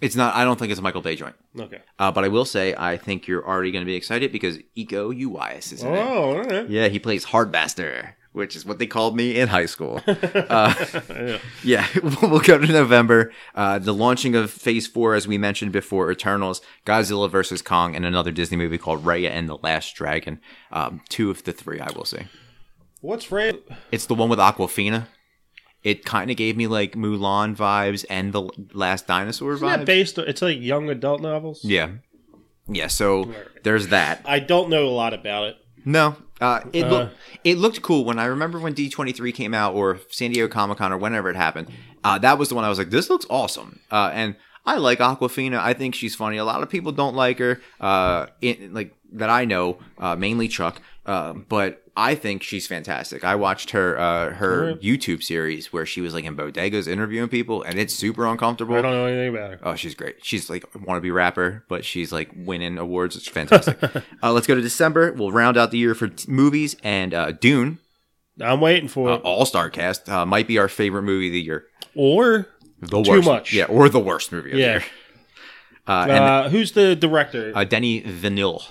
A: it's not. I don't think it's a Michael Bay joint.
B: Okay.
A: Uh, but I will say, I think you're already going to be excited because Eco Uwais is in
B: Oh,
A: it.
B: all right.
A: Yeah, he plays Hardmaster, which is what they called me in high
B: <laughs>
A: school. Uh,
B: Yeah.
A: Yeah, <laughs> we'll go to November. Uh, the launching of Phase Four, as we mentioned before, Eternals, Godzilla versus Kong, and another Disney movie called Raya and the Last Dragon. Um, two of the three, I will say.
B: What's Ray?
A: It's the one with Aquafina. It kind of gave me like Mulan vibes and the Last Dinosaur
B: Isn't that
A: vibes.
B: based? On, it's like young adult novels.
A: yeah, yeah. So there's that.
B: I don't know a lot about it.
A: No, uh, it
B: Uh.
A: looked it looked cool when I remember when D twenty three came out or San Diego Comic Con or whenever it happened. Uh, that was the one I was like, this looks awesome, uh, and I like Aquafina. I think she's funny. A lot of people don't like her, uh, in, like that I know, uh, mainly Chuck, uh, but. I think she's fantastic. I watched her uh, her YouTube series where she was like in bodegas interviewing people, and it's super uncomfortable.
B: I don't know anything about it.
A: Oh, she's great. She's like wannabe rapper, but she's like winning awards. It's
B: <laughs>
A: fantastic. uh, let's go to December. We'll round out the year for t- movies and uh, Dune,
B: I'm waiting for
A: uh,
B: it.
A: all star cast, uh, might be our favorite movie of the year.
B: Or
A: The
B: Too
A: worst,
B: much.
A: yeah, or the worst movie of the
B: yeah.
A: year. Uh, and uh,
B: Uh, who's the director?
A: Denny Villeneuve,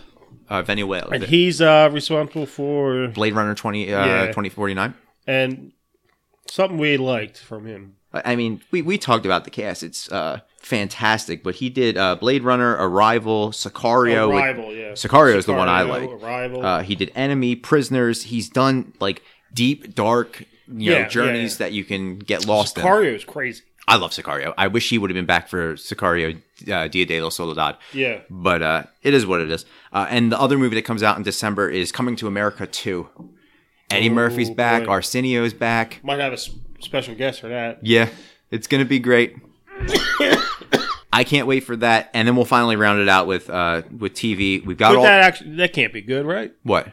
A: uh, Villeneuve,
B: and he's uh, responsible for
A: Blade Runner 20, uh,
B: Yeah.
A: 2049.
B: and something we liked from him.
A: I I mean, we, we talked about the cast. It's uh, fantastic, but he did uh, Blade Runner, Arrival, Sicario. with-
B: Arrival, yeah.
A: Sicario is the one I like.
B: Arrival.
A: Uh, he did Enemy, Prisoners. He's done like deep, dark, you
B: Yeah,
A: know,
B: yeah,
A: journeys that you can get lost in.
B: Sicario is crazy.
A: I love Sicario. I wish he would have been back for Sicario, uh, Dia de la Soledad.
B: Yeah.
A: But uh, it is what it is. Uh, and the other movie that comes out in December is Coming to America 2. Eddie
B: Oh,
A: Murphy's back.
B: boy.
A: Arsenio's back.
B: Might have a s- special guest for that.
A: Yeah, it's going to be great. <coughs> I can't wait for that. And then we'll finally round it out with uh, with TV. We've got
B: But
A: all.
B: that actually that can't be good, right?
A: what?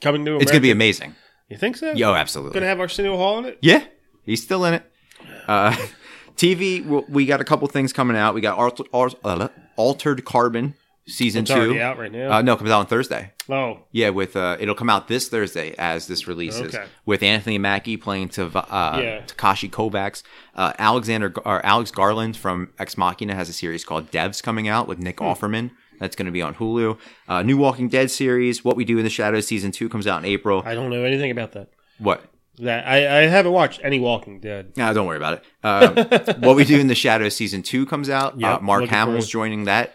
B: Coming to America.
A: It's going to be amazing.
B: You think so?
A: Yo, absolutely.
B: Gonna have Arsenio Hall in it?
A: Yeah, he's still in it. Uh, TV, w- we got a couple things coming out. We got Alt- Alt- uh, Altered Carbon, season
B: It's
A: two.
B: already out right now.
A: Uh, no, it comes out on Thursday.
B: oh,
A: Yeah, with uh, it'll come out this Thursday as this releases
B: Okay.
A: with Anthony Mackie playing to uh,
B: Yeah.
A: Takashi Kovacs, uh, Alexander or Alex Garland from Ex Machina has a series called Devs coming out with
B: Hmm.
A: Nick Offerman. That's going to be on Hulu. Uh, New Walking Dead series, What We Do in the Shadows season two comes out in April.
B: I don't know anything about that.
A: what?
B: That I, I haven't watched any Walking Dead.
A: Nah, don't worry about it. Uh, what We Do in the Shadows season two comes out.
B: Yeah,
A: uh, Mark
B: looking
A: Hamill's
B: forward.
A: joining that.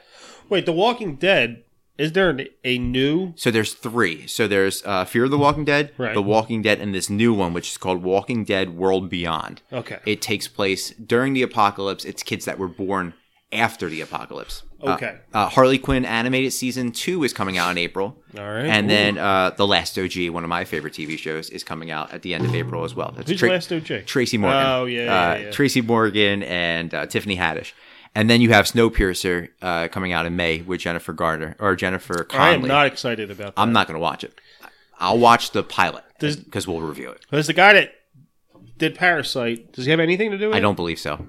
B: Wait, The Walking Dead is there an, a new?
A: So there's three. So there's uh, Fear of the Walking Dead,
B: Right.
A: The Walking Dead, and this new one, which is called Walking Dead World Beyond.
B: Okay,
A: It takes place during the apocalypse. It's kids that were born after the apocalypse. Uh,
B: Okay.
A: uh, Harley Quinn animated season two is coming out in April.
B: all right.
A: And
B: Ooh.
A: then uh, The Last OG, one of my favorite TV shows, is coming out at the end of April as well. That's
B: who's
A: Tra-
B: last OJ?
A: Tracy Morgan.
B: Oh, yeah, yeah,
A: Uh,
B: yeah.
A: Tracy Morgan and uh, Tiffany Haddish. And then you have Snowpiercer uh, coming out in May with Jennifer Garner or Jennifer Conley.
B: I am not excited about that.
A: I'm not going to watch it. I'll watch the pilot
B: Does-
A: because we'll review it.
B: There's the guy that did Parasite. Does he have anything to do with
A: I
B: it?
A: don't believe so.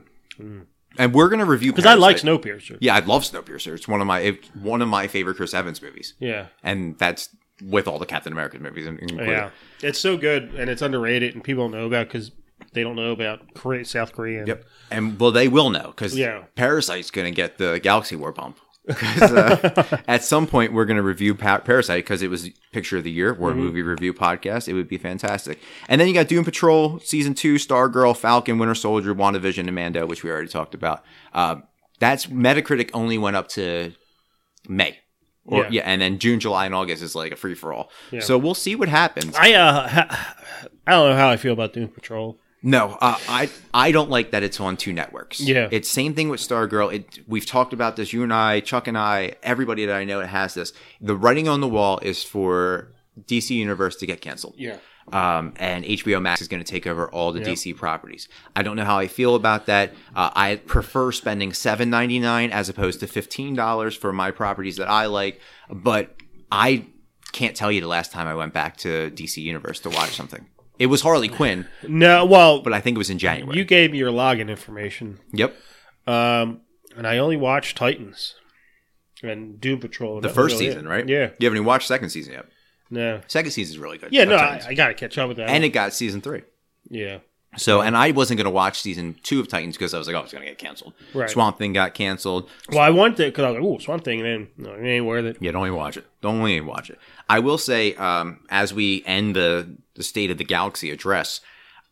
A: And we're going to review
B: Because Hmm. I like
A: Parasite.
B: Snowpiercer.
A: Yeah, I love Snowpiercer. It's one of my it, one of my favorite Chris Evans movies,
B: Yeah.
A: and that's with all the Captain America movies in- included.
B: Yeah. It's so good and it's underrated and people don't know about because they don't know about Korea, South Korea. and-
A: Yep. And well, they will know because
B: Yeah.
A: Parasite's going to get the Galaxy War bump. <laughs> 'Cause,
B: <laughs>
A: uh, at some point, we're going to review pa- Parasite because it was Picture of the Year.
B: Mm-hmm.
A: We're a movie review podcast. It would be fantastic. And then you got Doom Patrol Season 2, Stargirl, Falcon, Winter Soldier, WandaVision, and Mando, which we already talked about. Uh, that's Metacritic only went up to May. Or,
B: Yeah.
A: yeah. and then June, July, and August is like a free for all.
B: Yeah.
A: So we'll see what happens.
B: I uh, ha- I don't know how I feel about Doom Patrol.
A: No, uh, I I don't like that it's on two networks.
B: Yeah.
A: it's same thing with Stargirl. It we've talked about this. You and I, Chuck and I, everybody that I know that has this. The writing on the wall is for DC Universe to get canceled.
B: Yeah.
A: Um, and HBO Max is going to take over all the DC properties. I don't know how I feel about that. Uh, I prefer spending seven ninety nine as opposed to fifteen dollars for my properties that I like. But I can't tell you the last time I went back to DC Universe to watch something. It was Harley Quinn
B: No, well,
A: but I think it was in January.
B: you gave me your login information,
A: yep.
B: um, and I only watched Titans and Doom Patrol.
A: The first season, right?
B: Yeah.
A: You haven't even watched second season yet.
B: No.
A: Second season is really good.
B: Yeah,
A: Of
B: no, I,
A: Titans.
B: I got to catch up with that.
A: and it got season three.
B: yeah.
A: So, and I wasn't going to watch season two of Titans because I was like, oh, it's going to get canceled.
B: Right.
A: Swamp Thing got canceled.
B: Well, I wanted it because I was like, ooh, Swamp Thing, and then no, it ain't worth it.
A: Yeah, don't even watch it. Don't even watch it. I will say, um, as we end the the State of the Galaxy address,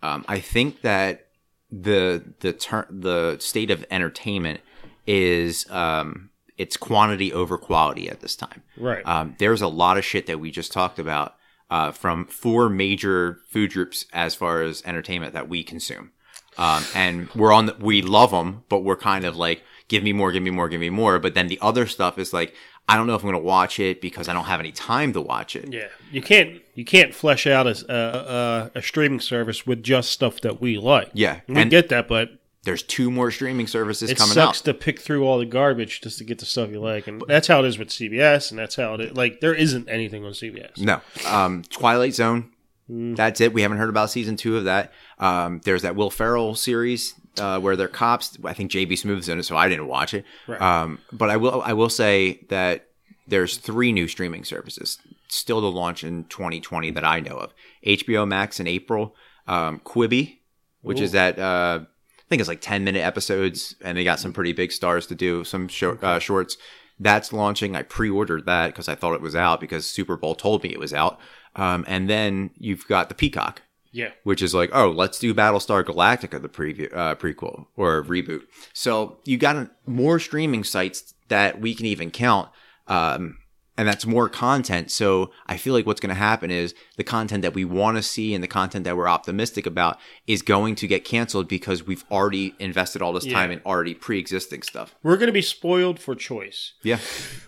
A: um, I think that the the ter- the state of entertainment is um, it's quantity over quality at this time.
B: Right.
A: Um, there's a lot of shit that we just talked about uh, from four major food groups as far as entertainment that we consume, um, and we're on. The, we love them, but we're kind of like, give me more, give me more, give me more. But then the other stuff is like, I don't know if I'm going to watch it because I don't have any time to watch it.
B: yeah. You can't you can't flesh out a, a, a, a streaming service with just stuff that we like.
A: Yeah,
B: We
A: and
B: get that, but
A: there's two more streaming services
B: it
A: coming
B: sucks
A: out.
B: to pick through all the garbage just to get the stuff you like, and that's how it is with CBS, and that's how it is. like there isn't anything on CBS.
A: No, um, Twilight Zone. That's it. We haven't heard about season two of that. Um, there's that Will Ferrell series uh, where they're cops. I think JB Smooth's in it, so I didn't watch it.
B: Right.
A: Um, but I will. I will say that there's three new streaming services still to launch in 2020 that I know of: HBO Max in April, um, Quibi, which is that. Uh, I think it's like 10 minute episodes, and they got some pretty big stars to do some shor- uh, shorts. That's launching. I pre ordered that because I thought it was out because Super Bowl told me it was out. Um, and then you've got the Peacock,
B: Yeah.
A: which is like, oh, let's do Battlestar Galactica, the preview, uh, prequel or reboot. So you got an- more streaming sites that we can even count. Um, and that's more content. So I feel like what's going to happen is the content that we want to see and the content that we're optimistic about is going to get canceled because we've already invested all this time
B: Yeah.
A: in already pre existing stuff.
B: We're going to be spoiled for choice
A: Yeah.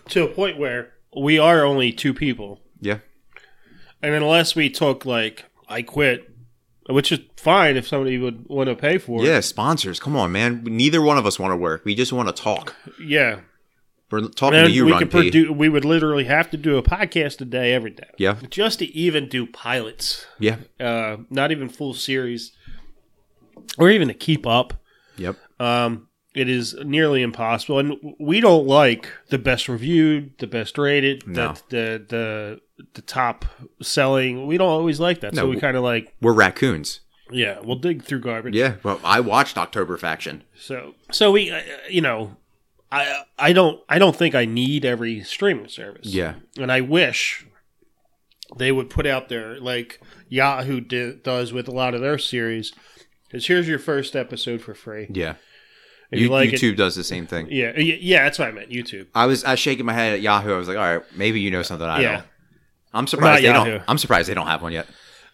B: to a point where we are only two people.
A: Yeah.
B: And unless we took, like, I quit, which is fine if somebody would want to pay for it.
A: Yeah. Sponsors. Come on, man. Neither one of us want to work. We just want to talk.
B: Yeah.
A: We're talking
B: And
A: to you,
B: we,
A: Ron
B: could
A: P.
B: produ- we would literally have to do a podcast a day, every day.
A: yeah.
B: Just to even do pilots,
A: Yeah.
B: uh, not even full series, or even to keep up.
A: Yep.
B: Um, It is nearly impossible, and we don't like the best reviewed, the best rated,
A: No.
B: the, the the the top selling. We don't always like that, so
A: No.
B: we kind of like
A: We're raccoons.
B: yeah, we'll dig through garbage.
A: Yeah. Well, I watched October Faction.
B: So so we uh, you know I I don't I don't think I need every streaming service.
A: Yeah.
B: and I wish they would put out there like Yahoo di- does with a lot of their series. Because here's your first episode for free.
A: Yeah.
B: If you
A: You-
B: like it-
A: YouTube does the same thing.
B: yeah, y- yeah, that's what I meant. YouTube.
A: I was I was shaking my head at Yahoo. I was like, all right, maybe you know something I
B: Yeah.
A: don't. I'm surprised they
B: Yahoo.
A: don't. I'm surprised they don't have one yet.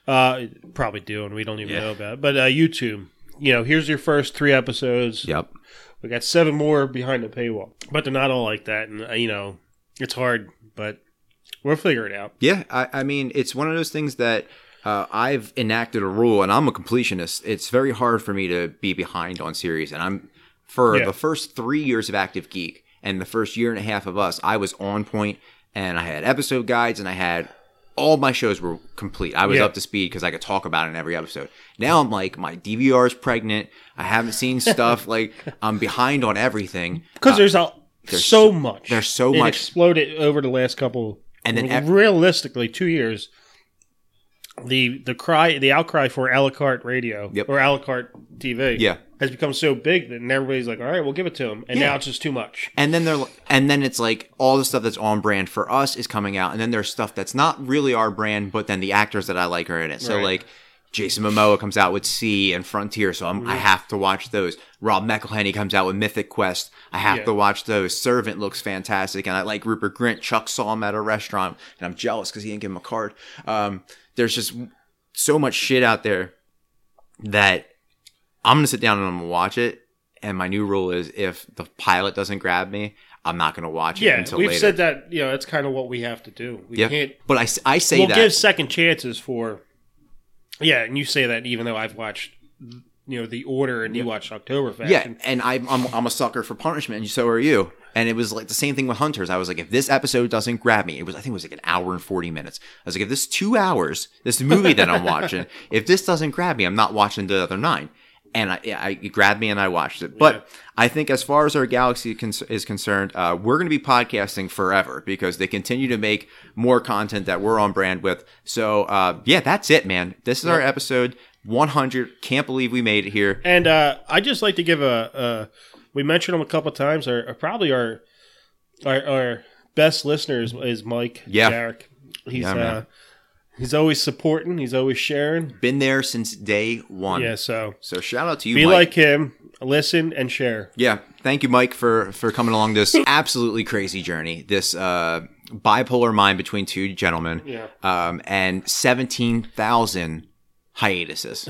B: Uh, probably do, and we don't even
A: Yeah.
B: know about. It. But uh, YouTube, you know, here's your first three episodes.
A: Yep.
B: We got seven more behind the paywall, but they're not all like that, and uh, you know, it's hard, but we'll figure it out.
A: Yeah, I, I mean, it's one of those things that uh, I've enacted a rule, and I'm a completionist. It's very hard for me to be behind on series, and I'm for
B: Yeah.
A: the first three years of Active Geek and the first year and a half of us, I was on point, and I had episode guides, and I had all my shows were complete. I was
B: Yeah.
A: up to speed because I could talk about it in every episode. Now I'm like, my DVR is pregnant. I haven't seen stuff. <laughs> like I'm behind on everything.
B: <laughs> Because there's a
A: Uh, there's
B: so much.
A: there's so
B: It
A: much-
B: exploded over the last couple.
A: And then ev-
B: realistically, two years. The the cry the outcry for a la carte radio
A: Yep.
B: or a la carte TV
A: Yeah.
B: has become so big that everybody's like, all right, we'll give it to them, and
A: Yeah.
B: now it's just too much.
A: and then they're li- and then it's like all the stuff that's on brand for us is coming out and then there's stuff that's not really our brand but then the actors that i like are in it so
B: Right.
A: like jason momoa comes out with c and frontier so I'm,
B: Mm.
A: i have to watch those rob mcelhenny comes out with mythic quest i have
B: Yeah.
A: to watch those servant looks fantastic and i like rupert grint chuck saw him at a restaurant and i'm jealous because he didn't give him a card um, there's just so much shit out there that I'm gonna sit down and I'm gonna watch it. And my new rule is if the pilot doesn't grab me, I'm not gonna watch it
B: Yeah,
A: until
B: we've
A: later.
B: said that. You know, that's kind of what we have to do. We
A: yeah,
B: can't.
A: but I, s- I say
B: We'll
A: that
B: give second chances for. Yeah, and you say that even though I've watched, you know, the order, and you watched Oktoberfest.
A: yeah,
B: and-
A: and I'm, I'm I'm a sucker for punishment, and so are you. And it was like the same thing with Hunters. I was like, if this episode doesn't grab me, it was I think it was like an hour and forty minutes. I was like, if this two hours, this movie that I'm watching, if this doesn't grab me, I'm not watching the other nine. And I, I it grabbed me, and I watched it. But I think as far as our galaxy con- is concerned, uh, we're going to be podcasting forever because they continue to make more content that we're on brand with. So uh, yeah, that's it, man. This is our episode 100. Can't believe we made it here.
B: And uh, I just like to give a, a we mentioned him a couple times. Our, our- probably our, our our best listeners is Mike
A: Yeah.
B: Jarek. He's
A: Yeah, man.
B: uh, he's always supporting. He's
A: <clears throat>
B: always sharing.
A: Been there since day one.
B: Yeah, so
A: So shout out to you,
B: be
A: Mike.
B: like him. Listen and share.
A: yeah, thank you, Mike, for for coming along
B: <laughs>
A: this absolutely crazy journey. This uh, bipolar mind between two gentlemen.
B: Yeah.
A: Um, and seventeen thousand hiatuses.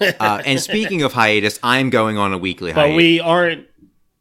A: uh, and speaking of hiatus, I'm going on a weekly
B: But
A: hiatus.
B: we aren't.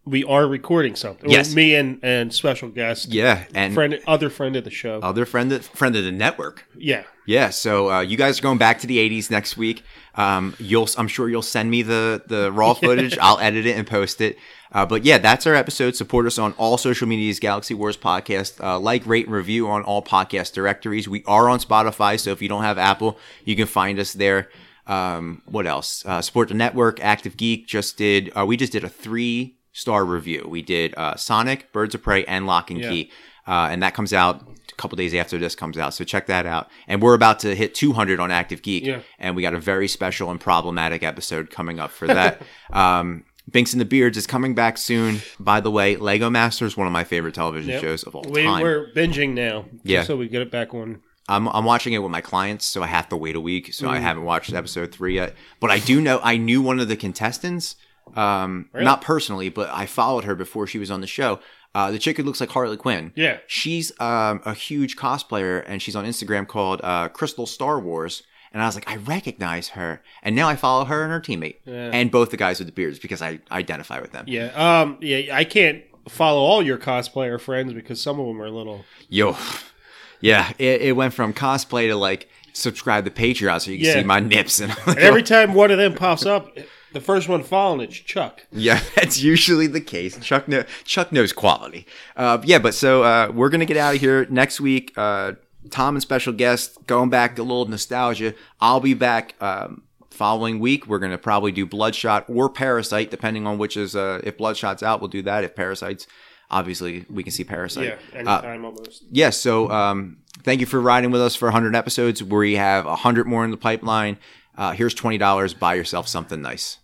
B: We are recording something. Well,
A: Yes.
B: me and and special guest.
A: yeah, and
B: Friend, other friend of the show.
A: other friend of, friend of the network.
B: yeah,
A: Yeah, so uh, you guys are going back to the '80s next week. Um, you'll, I'm sure you'll send me the the raw footage. I'll edit it and post it. Uh, but yeah, that's our episode. Support us on all social medias, Galaxy Wars Podcast. Uh, like, rate, and review on all podcast directories. We are on Spotify, so if you don't have Apple, you can find us there. Um, what else? Uh, support the network. Active Geek just did. Uh, we just did a three star review. We did uh, Sonic, Birds of Prey, and Lock and
B: Yeah.
A: Key uh, and that comes out a couple days after this comes out. So check that out. And we're about to hit 200 on Active Geek,
B: Yeah.
A: and we got a very special and problematic episode coming up for that.
B: <laughs>
A: um, Binks and the Beards is coming back soon. By the way, Lego Masters, one of my favorite television
B: Yep.
A: shows of all
B: we,
A: time.
B: we're binging now.
A: Yeah.
B: so we get it back on.
A: I'm, I'm watching it with my clients, so I have to wait a week.
B: Mm.
A: So I haven't watched episode three yet. But I do know I knew one of the contestants, um, not personally, but I followed her before she was on the show. Uh, the chick who looks like Harley Quinn.
B: Yeah.
A: she's um, a huge cosplayer, and she's on Instagram called uh, Crystal Star Wars. And I was like, I recognize her, and now I follow her and her teammate, and both the guys with the beards because I identify with them.
B: Yeah. Um. Yeah. I can't follow all your cosplayer friends because some of them are little.
A: Yo, yeah, it, it went from cosplay to like subscribe to Patreon so you can
B: Yeah.
A: see my nips and.
B: And every time one of them pops up, the first one following it's Chuck.
A: Yeah, <laughs> that's usually the case. Chuck know, Chuck knows quality. Uh, yeah, but so uh, we're gonna get out of here next week. Uh, Tom and special guest going back a little nostalgia. I'll be back um, following week we're going to probably do bloodshot or parasite depending on which is uh, if bloodshot's out we'll do that if parasites obviously we can see parasite
B: yeah, anytime almost.
A: yes so um, thank you for riding with us for 100 episodes we have 100 more in the pipeline uh, here's $20 buy yourself something nice